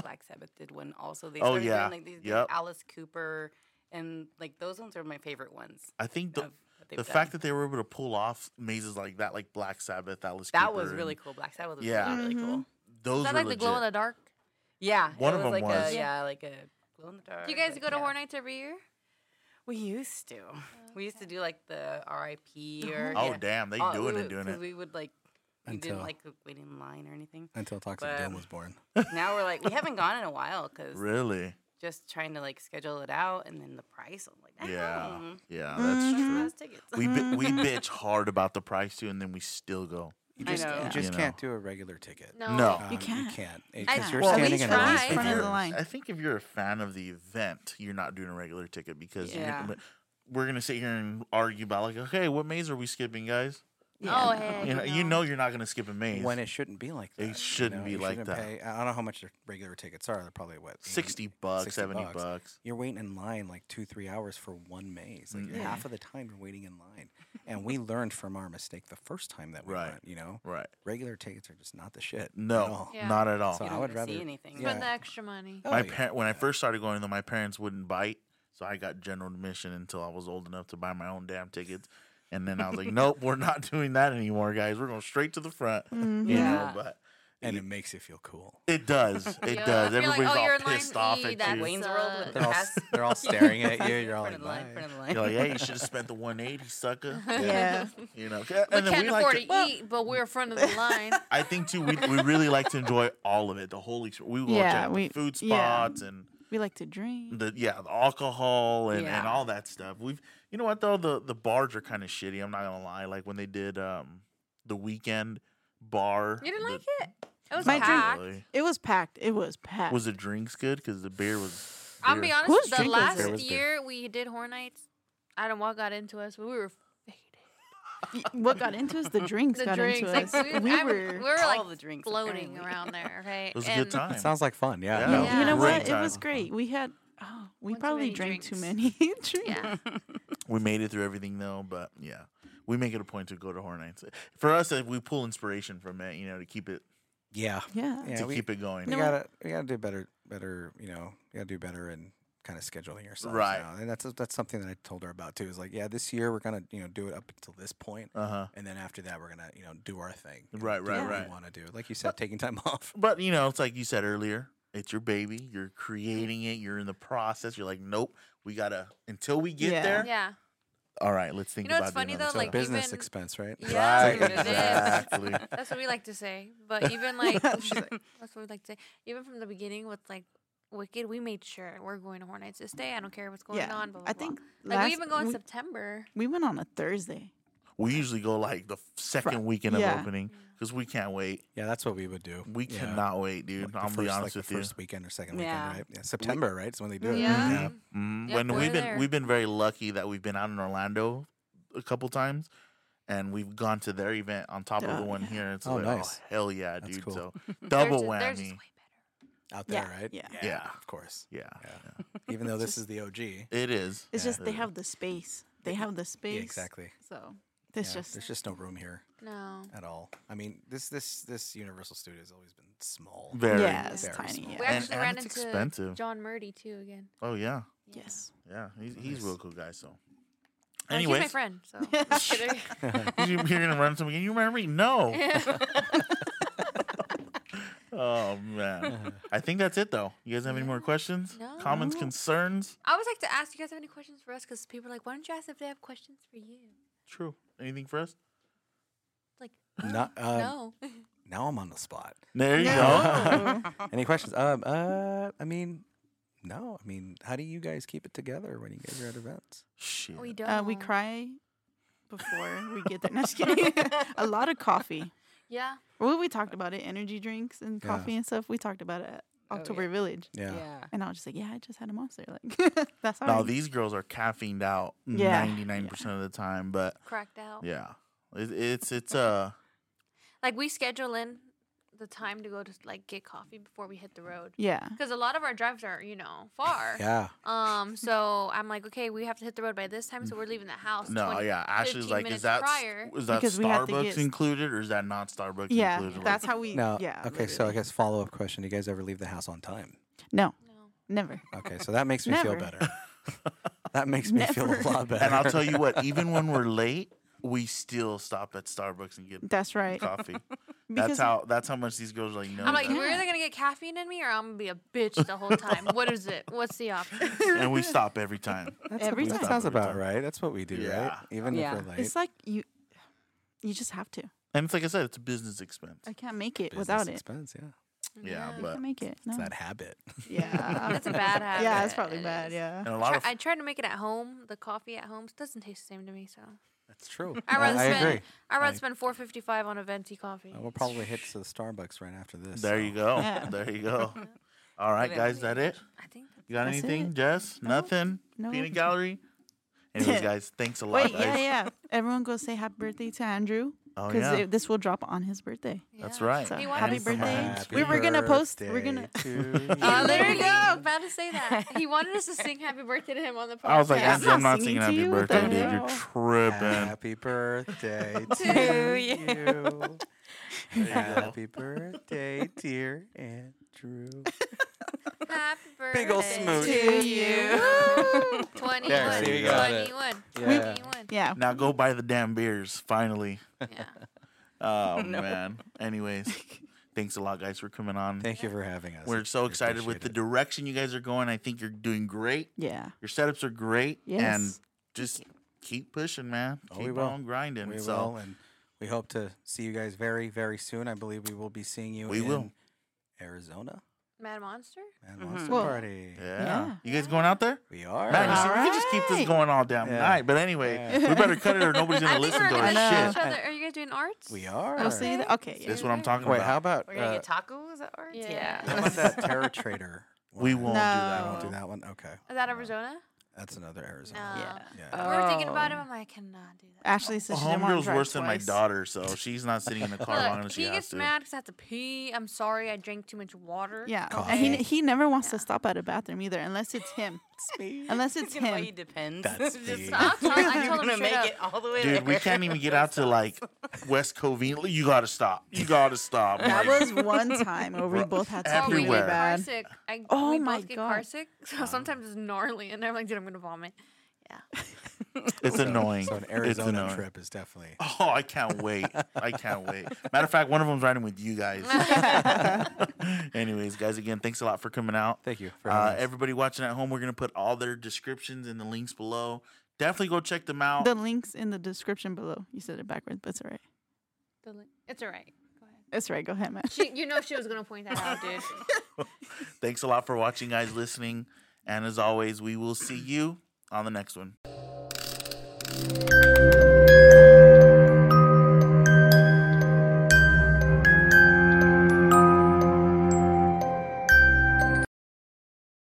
E: Black Sabbath did one also. They
A: Oh,
E: started
A: yeah.
E: doing, like these big
A: Yep.
E: Alice Cooper, and like those ones are my favorite ones.
A: I think the
E: of what they've
A: the
E: done.
A: fact that they were able to pull off mazes like that, like Black Sabbath, Alice
E: that
A: Cooper,
E: was
A: and
E: really cool. Black Sabbath was
A: Yeah.
E: really, really
D: Mm-hmm.
C: Mhm.
E: cool.
A: Those
B: Is that
A: were
B: like the glow in the
A: legit.
B: dark?
E: Yeah,
A: One
E: it
A: of them
E: was like
A: was.
E: A,
B: Yeah.
E: yeah, like a glow in the dark.
B: Do you guys
E: like,
B: go to
E: yeah.
B: Horror Nights every year?
E: We used to. Uh, We used to do like the
D: (laughs)
E: RIP or
A: Oh
E: yeah.
A: damn, they
E: Oh, we
A: doing it,
E: would-
A: doing
E: 'cause
A: it.
E: We would like we
D: Until-
E: didn't like wait in line or anything.
D: Until Toxic
E: But-
D: Doom was born.
E: now we're like we haven't gone in a while because
A: Really?
E: just trying to like schedule it out and then the price. I'm like,
A: Yeah,
E: damn.
A: yeah,
D: Mm-hmm.
A: that's true.
E: Those tickets.
A: We bi- we bitch hard about the price too, and then we still go.
D: You
E: I
D: just,
E: know.
D: you just
A: You
D: can't do a regular ticket.
B: No.
A: No.
D: Um,
C: You can't.
D: You
B: I-
D: can't. Because you're
A: Well, we
D: standing in line
B: tried.
D: for
B: Front
C: of the
D: hours.
C: line.
A: I think if you're a fan of the event, you're not doing a regular ticket because you're
E: Yeah.
A: gonna- we're gonna sit here and argue about like, okay, what maze are we skipping, guys?
B: Oh, hey.
A: You know, you know you're not gonna skip a maze.
D: When it shouldn't be like that.
A: It
D: you
A: shouldn't
D: know,
A: be
D: you
A: like that.
D: Pay, I I don't know how much their regular tickets are. They're probably what 80?
A: sixty bucks,
D: 60
A: seventy
D: bucks.
A: bucks.
D: You're waiting in line like two, three hours for one maze. Like
A: Mm.
D: half of the time you're waiting in
C: (laughs)
D: line. And we learned from our mistake the first time that we
A: Right.
D: went. You know,
A: Right?
D: regular tickets are just not the shit. at
A: No,
D: all.
B: Yeah.
A: not at all.
D: So
E: You
D: I
E: don't
D: would
E: get to
D: rather
E: see anything.
B: Spend the
D: Yeah.
B: extra money.
D: Oh,
A: my
D: yeah.
A: parent when I first started going though, my parents wouldn't bite, so I got general admission until I was old enough to buy my own damn tickets. (laughs) And
C: Mm-hmm.
A: then I was like, nope, we're not doing that anymore, guys. We're going straight to the front. You know,
E: Yeah.
A: but
D: and it makes you feel cool.
A: It does. It
B: Yeah.
A: does.
B: You're like,
A: Everybody's
B: "Oh, you're in
A: all
B: line
A: pissed off
B: E,
A: at
B: that
A: you.
E: Wayne's World
B: sucks.
E: with the
D: They're all,
E: pass.
D: s-
E: (laughs)
D: they're all staring at you. You're all
E: Front
D: like,
E: of the line,
D: "Bye."
E: front of the (laughs)
A: You're like,
E: line.
A: hey, you should have spent the 180,
B: (laughs)
A: sucker.
C: Yeah.
A: (laughs) You know, and
B: We
A: then
B: can't
A: like
B: afford
A: to-
B: to, eat, but we're
A: (laughs)
B: front of the line.
A: I think too, we, we really like to enjoy all of it. The whole experience. We will
C: Yeah,
A: check
C: we-
A: the food
C: yeah.
A: spots and
C: We like to drink.
A: the yeah, the alcohol and, and
E: Yeah.
A: all that stuff. We've you know what though the the bars are kind of shitty. I'm not gonna lie. Like when they did um the weekend bar.
B: You didn't
A: the-
B: like it? It was
C: My
A: not
C: drink-
B: packed.
A: really.
C: It was packed. It was packed.
A: Was the drinks good? Because the beer was.
B: I'll be
A: beer.
B: honest.
C: Whose
B: the
C: drink was
B: last
D: it? It was beer.
B: year we did horror nights, I don't know what got into us, but we were faded.
C: Y- what got into us? The
B: (laughs)
C: drinks
B: The
C: got
B: drinks,
C: into
B: like,
C: us.
B: we,
C: we
B: (laughs) I-
C: were.
B: we were
E: All
B: like
E: the drinks,
B: floating
E: apparently.
A: (laughs)
B: around there. Okay,
A: It was a good time.
D: It sounds like fun. Yeah.
A: Yeah.
D: no,
A: Yeah.
C: You know
A: Great
C: what? It was
A: time.
C: great. We had. Oh, we
B: One too
C: probably
B: many
C: drank too
B: drinks.
C: many (laughs) drinks.
B: Yeah,
A: We made it through everything though, but yeah, we make it a point to go to horror nights. For us, uh, we pull inspiration from it. You know, to keep it
D: Yeah.
C: Yeah.
D: Yeah,
A: to
D: we-
A: keep it going.
D: We
C: know what?
D: gotta we gotta do better better you know you gotta do better in kind of scheduling yourself
A: Right.
D: now. and that's that's something that I told her about too is like yeah this year we're gonna you know do it up until this point
A: Uh huh.
D: and then after that we're gonna you know do our thing you know,
A: Right,
D: do
A: right,
D: what
A: right.
D: we want to do like you said taking time (laughs) off
A: But you know, it's like you said earlier, it's your baby. You're creating it. You're in the process. You're like, nope, we gotta until we get
C: Yeah.
A: there.
B: yeah.
A: All right, let's think
B: You know
A: about
B: what's funny,
A: doing
B: though?
A: other
D: so
B: like,
A: stuff.
D: business
B: even-
D: expense right
B: (laughs) Yeah,
A: right,
B: that's what it is. (laughs)
A: exactly.
B: That's what we like to say. But even
C: (laughs)
B: like (laughs) that's what we like to say. Even from the beginning with like Wicked, we made sure we're going to Horror Nights this day. I don't care what's going
C: Yeah,
B: on. Blah, blah,
C: I
B: blah.
C: think
B: like
C: last-
B: we even go in
C: we,
B: September.
C: we went on a Thursday.
A: we usually go like the f- second weekend
C: yeah.
A: of opening because we can't wait.
D: yeah that's what we would do
A: We
D: Yeah.
A: cannot wait, dude.
D: Like the
A: I'm
D: first,
A: be
D: like
A: honest
D: the
A: with you.
D: first weekend or second
E: Yeah.
D: weekend right yeah September right is when they do it
B: Yeah.
A: Mm,
B: Yep,
A: when
B: we're
A: we've been
B: there.
A: we've been very lucky that we've been out in Orlando a couple times, and we've gone to their event on top of
C: Yeah.
A: the one here. It's
D: Oh,
A: like,
D: nice.
A: oh hell yeah,
D: That's
A: dude!
D: cool.
A: So
B: Theirs
A: double
B: is- theirs is
A: whammy.
B: way
D: out
C: Yeah,
D: there right
C: yeah.
A: Yeah.
D: of course
A: Yeah,
D: Yeah. even though this is the OG yeah
A: it is.
C: It's
D: Yeah.
C: just they have the space. They have the space.
D: exactly
C: So it's
D: Yeah,
C: just
D: there's just no room here
B: better. No.
D: at all. I mean, this this this Universal Studio has always been small.
C: (laughs)
A: Very.
C: yeah, it's
D: very
C: tiny.
D: small.
B: We
C: Yeah.
A: And-
B: actually
A: and
B: ran
A: it's
B: into
A: expensive.
B: John Murdy too again.
A: Oh yeah,
B: Yeah.
C: yes.
A: yeah. He's he's a real
D: Nice.
A: cool guy. So,
B: Well, Oh, he's my
A: anyways,
B: friend.
C: (laughs)
B: So Just kidding.
A: (laughs)
B: (laughs)
A: you, are gonna run into him again. You remember me? No. oh
B: (laughs)
A: man, I think that's it though. You guys have any more questions,
B: No.
A: comments, concerns?
B: I always like to ask you guys have any questions for us because people are like, why don't you ask if they have questions for you?
A: True. Anything for us?
B: Like,
D: Not, um,
B: no.
D: Now I'm on the spot.
A: There you go.
D: Any questions? Um, uh, I mean, no. I mean, how do you guys keep it together when you guys are at events?
A: Shit.
B: (laughs) we don't.
C: (laughs) Uh,
B: (laughs)
C: we cry before we get there. No, just kidding. (laughs) a lot of coffee.
B: Yeah.
C: Well, we talked about it. Energy drinks and
D: Yeah.
C: coffee and stuff. We talked about it at
E: Oh, yeah.
C: October Village.
D: Yeah.
C: And I was just like, yeah, I just had a monster. Like, (laughs) that's how.
A: No, these girls are caffeined out
C: Yeah.
A: ninety nine percent of the time, but
B: Cracked out.
A: yeah, it, it's it's uh
B: Like we schedule in the time to go to like get coffee before we
C: Mm.
B: hit the road
C: yeah.
B: because a lot of our drives are you know far.
D: Yeah.
B: Um. So I'm like, okay, we have to hit the road by this time, so we're leaving the house.
A: no
B: 20
A: yeah. Ashley's
B: 15
A: like,
B: minutes
A: is that s-
B: prior.
A: is that
C: Because we have to
A: Starbucks
C: get-
A: included or is that not Starbucks
C: Yeah.
A: included? Like,
C: That's how we.
D: No.
C: yeah.
D: Okay. So I guess follow up question: Do you guys ever leave the house on time?
C: No,
B: No.
C: never.
D: Okay. So that makes me feel
C: Never.
A: (laughs)
D: better. that makes me feel a
C: Never.
D: lot better.
A: and I'll tell
D: (laughs)
A: you what, even when we're late, we still stop at Starbucks and get
C: That's (laughs) right.
A: coffee.
C: Because-
A: that's how that's how much these girls are like no.
B: I'm like,
A: no.
B: we're either gonna get caffeine in me or I'm gonna be a bitch the whole time. what is it? What's the
C: (laughs)
B: option?
A: and we
B: (laughs)
A: stop every time.
D: That's
C: every
D: that
C: time.
D: sounds
A: Every
D: about
A: time.
D: right. That's what we do, right?
A: Yeah.
D: Even
E: Yeah.
D: if we're late.
C: It's like you. You just have to.
A: And it's like I said, it's a business expense.
C: I can't make it
D: business
C: without it.
D: expense, yeah.
A: Yeah,
C: I
A: but
C: can't make it. No.
D: It's that habit.
C: (laughs)
D: (laughs)
C: Yeah.
B: That's a bad habit.
C: (laughs) Yeah, it's probably
B: It
C: bad.
B: is.
C: Yeah.
A: and a
B: Try-
A: lot of
B: I tried to make it at home. The coffee at home doesn't taste the same to me. So
D: That's true.
B: I'd rather
D: I
B: spend
D: agree.
B: I'd rather
D: I-
B: spend four fifty five on a venti coffee.
A: Oh,
D: I will Uh, probably hit to the Starbucks right after
A: (laughs)
D: this.
A: there
D: so.
A: you go,
C: Yeah.
A: (laughs) there you go.
B: (laughs)
A: All right, guys, that it.
B: I think
A: You got
C: That's
A: anything,
C: it.
A: Jess? Nothing?
C: No.
A: Peanut
C: (laughs)
A: gallery? Anyways, guys, thanks a lot,
C: Wait,
A: guys.
C: yeah, yeah. Everyone go say happy birthday to Andrew
A: Oh,
C: because
A: yeah.
C: this will drop on his birthday.
A: That's
B: yeah.
A: right.
C: So
B: He
C: happy
B: wanted to say-
C: birthday.
B: Happy
C: we were gonna post. We're gonna. (laughs)
B: Oh, there (laughs)
D: you
B: you go. About to say that. He wanted us to sing happy birthday to him on the podcast.
A: I was like,
C: Yeah, I'm
A: Andrew, I'm
C: not
A: not singing
C: singing to
A: happy
C: you. What the
A: birthday, dude. You're tripping.
C: (laughs)
D: Happy birthday to you. Happy birthday, dear Andrew.
B: (laughs) happy birthday.
D: Big ol' smooch.
B: to
A: (laughs)
C: you.
B: you. 21.
D: There,
A: see, you got
D: it.
B: 21.
D: Yeah.
B: 21.
C: Yeah.
A: (laughs) Now go buy the damn beers, finally.
B: (laughs) Yeah.
A: Oh, man. Anyways, Thanks a lot, guys, for coming on.
D: Thank you for having us.
A: We're so
D: We
A: excited with the
D: appreciate
A: direction you guys are going. I think you're doing great.
C: Yeah.
A: Your setups are great. And
C: Yes.
A: just keep pushing, man.
D: Oh, we
A: keep
D: will.
A: on grinding.
D: it. We
A: so
D: will, and we hope to see you guys very, very soon. I believe we will be seeing you.
A: We
D: in
A: will.
D: Arizona
B: Mad Monster?
D: and
E: Mhm.
D: Monster
C: Mm-hmm. Well-
D: Party.
A: yeah.
C: Yeah.
A: You guys going out there?
D: We are.
A: Man, you see,
C: All
A: we could just keep this
C: right.
A: going all damn
D: Yeah.
A: night. But anyway,
D: Yeah.
A: we better cut it or nobody's
B: (laughs)
A: gonna
B: I think
A: listen
B: we're
A: to
B: gonna
A: us.
C: I
B: see
C: know.
B: each other. Are you guys doing arts?
D: We are.
C: We'll see you there. Okay.
B: That's
C: Yeah.
A: That's what I'm talking
D: Wait,
A: about.
D: how about
E: We're gonna
D: uh,
E: get tacos at art.
B: Yeah.
D: how
E: (laughs)
D: about that Terror Trader?
A: we
D: one?
A: won't
D: I won't
C: No.
A: do
D: do
A: that
D: that one. Okay,
B: Is that Arizona?
D: that's another Arizona.
B: No.
C: Yeah.
D: Yeah.
B: We were thinking about it.
C: Oh.
B: I'm like, I cannot do that.
C: Ashley said
A: one.
C: she didn't want to
A: Homegirl's
C: drive
A: worse than my
C: twice.
A: daughter, so she's not sitting in the car long
B: Look,
A: as she
B: he
A: has
B: gets
A: to.
B: mad because I have to pee. I'm sorry, I drank too much water.
C: Yeah, and he
D: Coffee.
C: he never wants
B: Yeah.
C: to stop at a bathroom either, unless it's
E: (laughs)
C: him.
D: me.
C: Unless
E: It's
C: it's
E: gonna you
C: him.
E: depends.
D: That's
E: (laughs) Just
D: the-
E: stop.
B: I'll tell- I
E: You're
B: told him
E: gonna make
B: straight up.
E: it all the way
A: Dude,
E: (laughs)
A: we
E: there.
A: can't even get out to like West Covina. You gotta stop. You gotta stop.
C: That
A: Like,
C: was one time where we
A: Bro,
C: both had
B: Oh,
C: something
B: we
C: really
A: everywhere.
B: get car
C: bad.
B: sick. I,
C: Oh
B: we
C: my
B: both get car
C: God.
B: sick, (laughs) so sometimes it's gnarly, and I'm like, dude, I'm gonna vomit.
A: it's annoying.
D: So an
A: it's
D: Arizona
A: annoying.
D: trip is definitely.
A: Oh, I can't wait. I can't wait. Matter of fact, one of them's riding with you
C: (laughs)
A: guys. Anyways, guys, again, thanks a lot for coming out.
D: Thank you for
A: Uh,
D: having us.
A: everybody watching at home, we're gonna put all their descriptions in the links below. Definitely go check them out.
C: The links in the description below. You said it backwards, but it's all right.
B: The li- It's all right. Go ahead.
C: It's all right. Go ahead, man.
B: She, you know, she was gonna point that out, (laughs) dude.
A: Thanks a lot for watching, guys, listening. And as always, we will see you on the next one.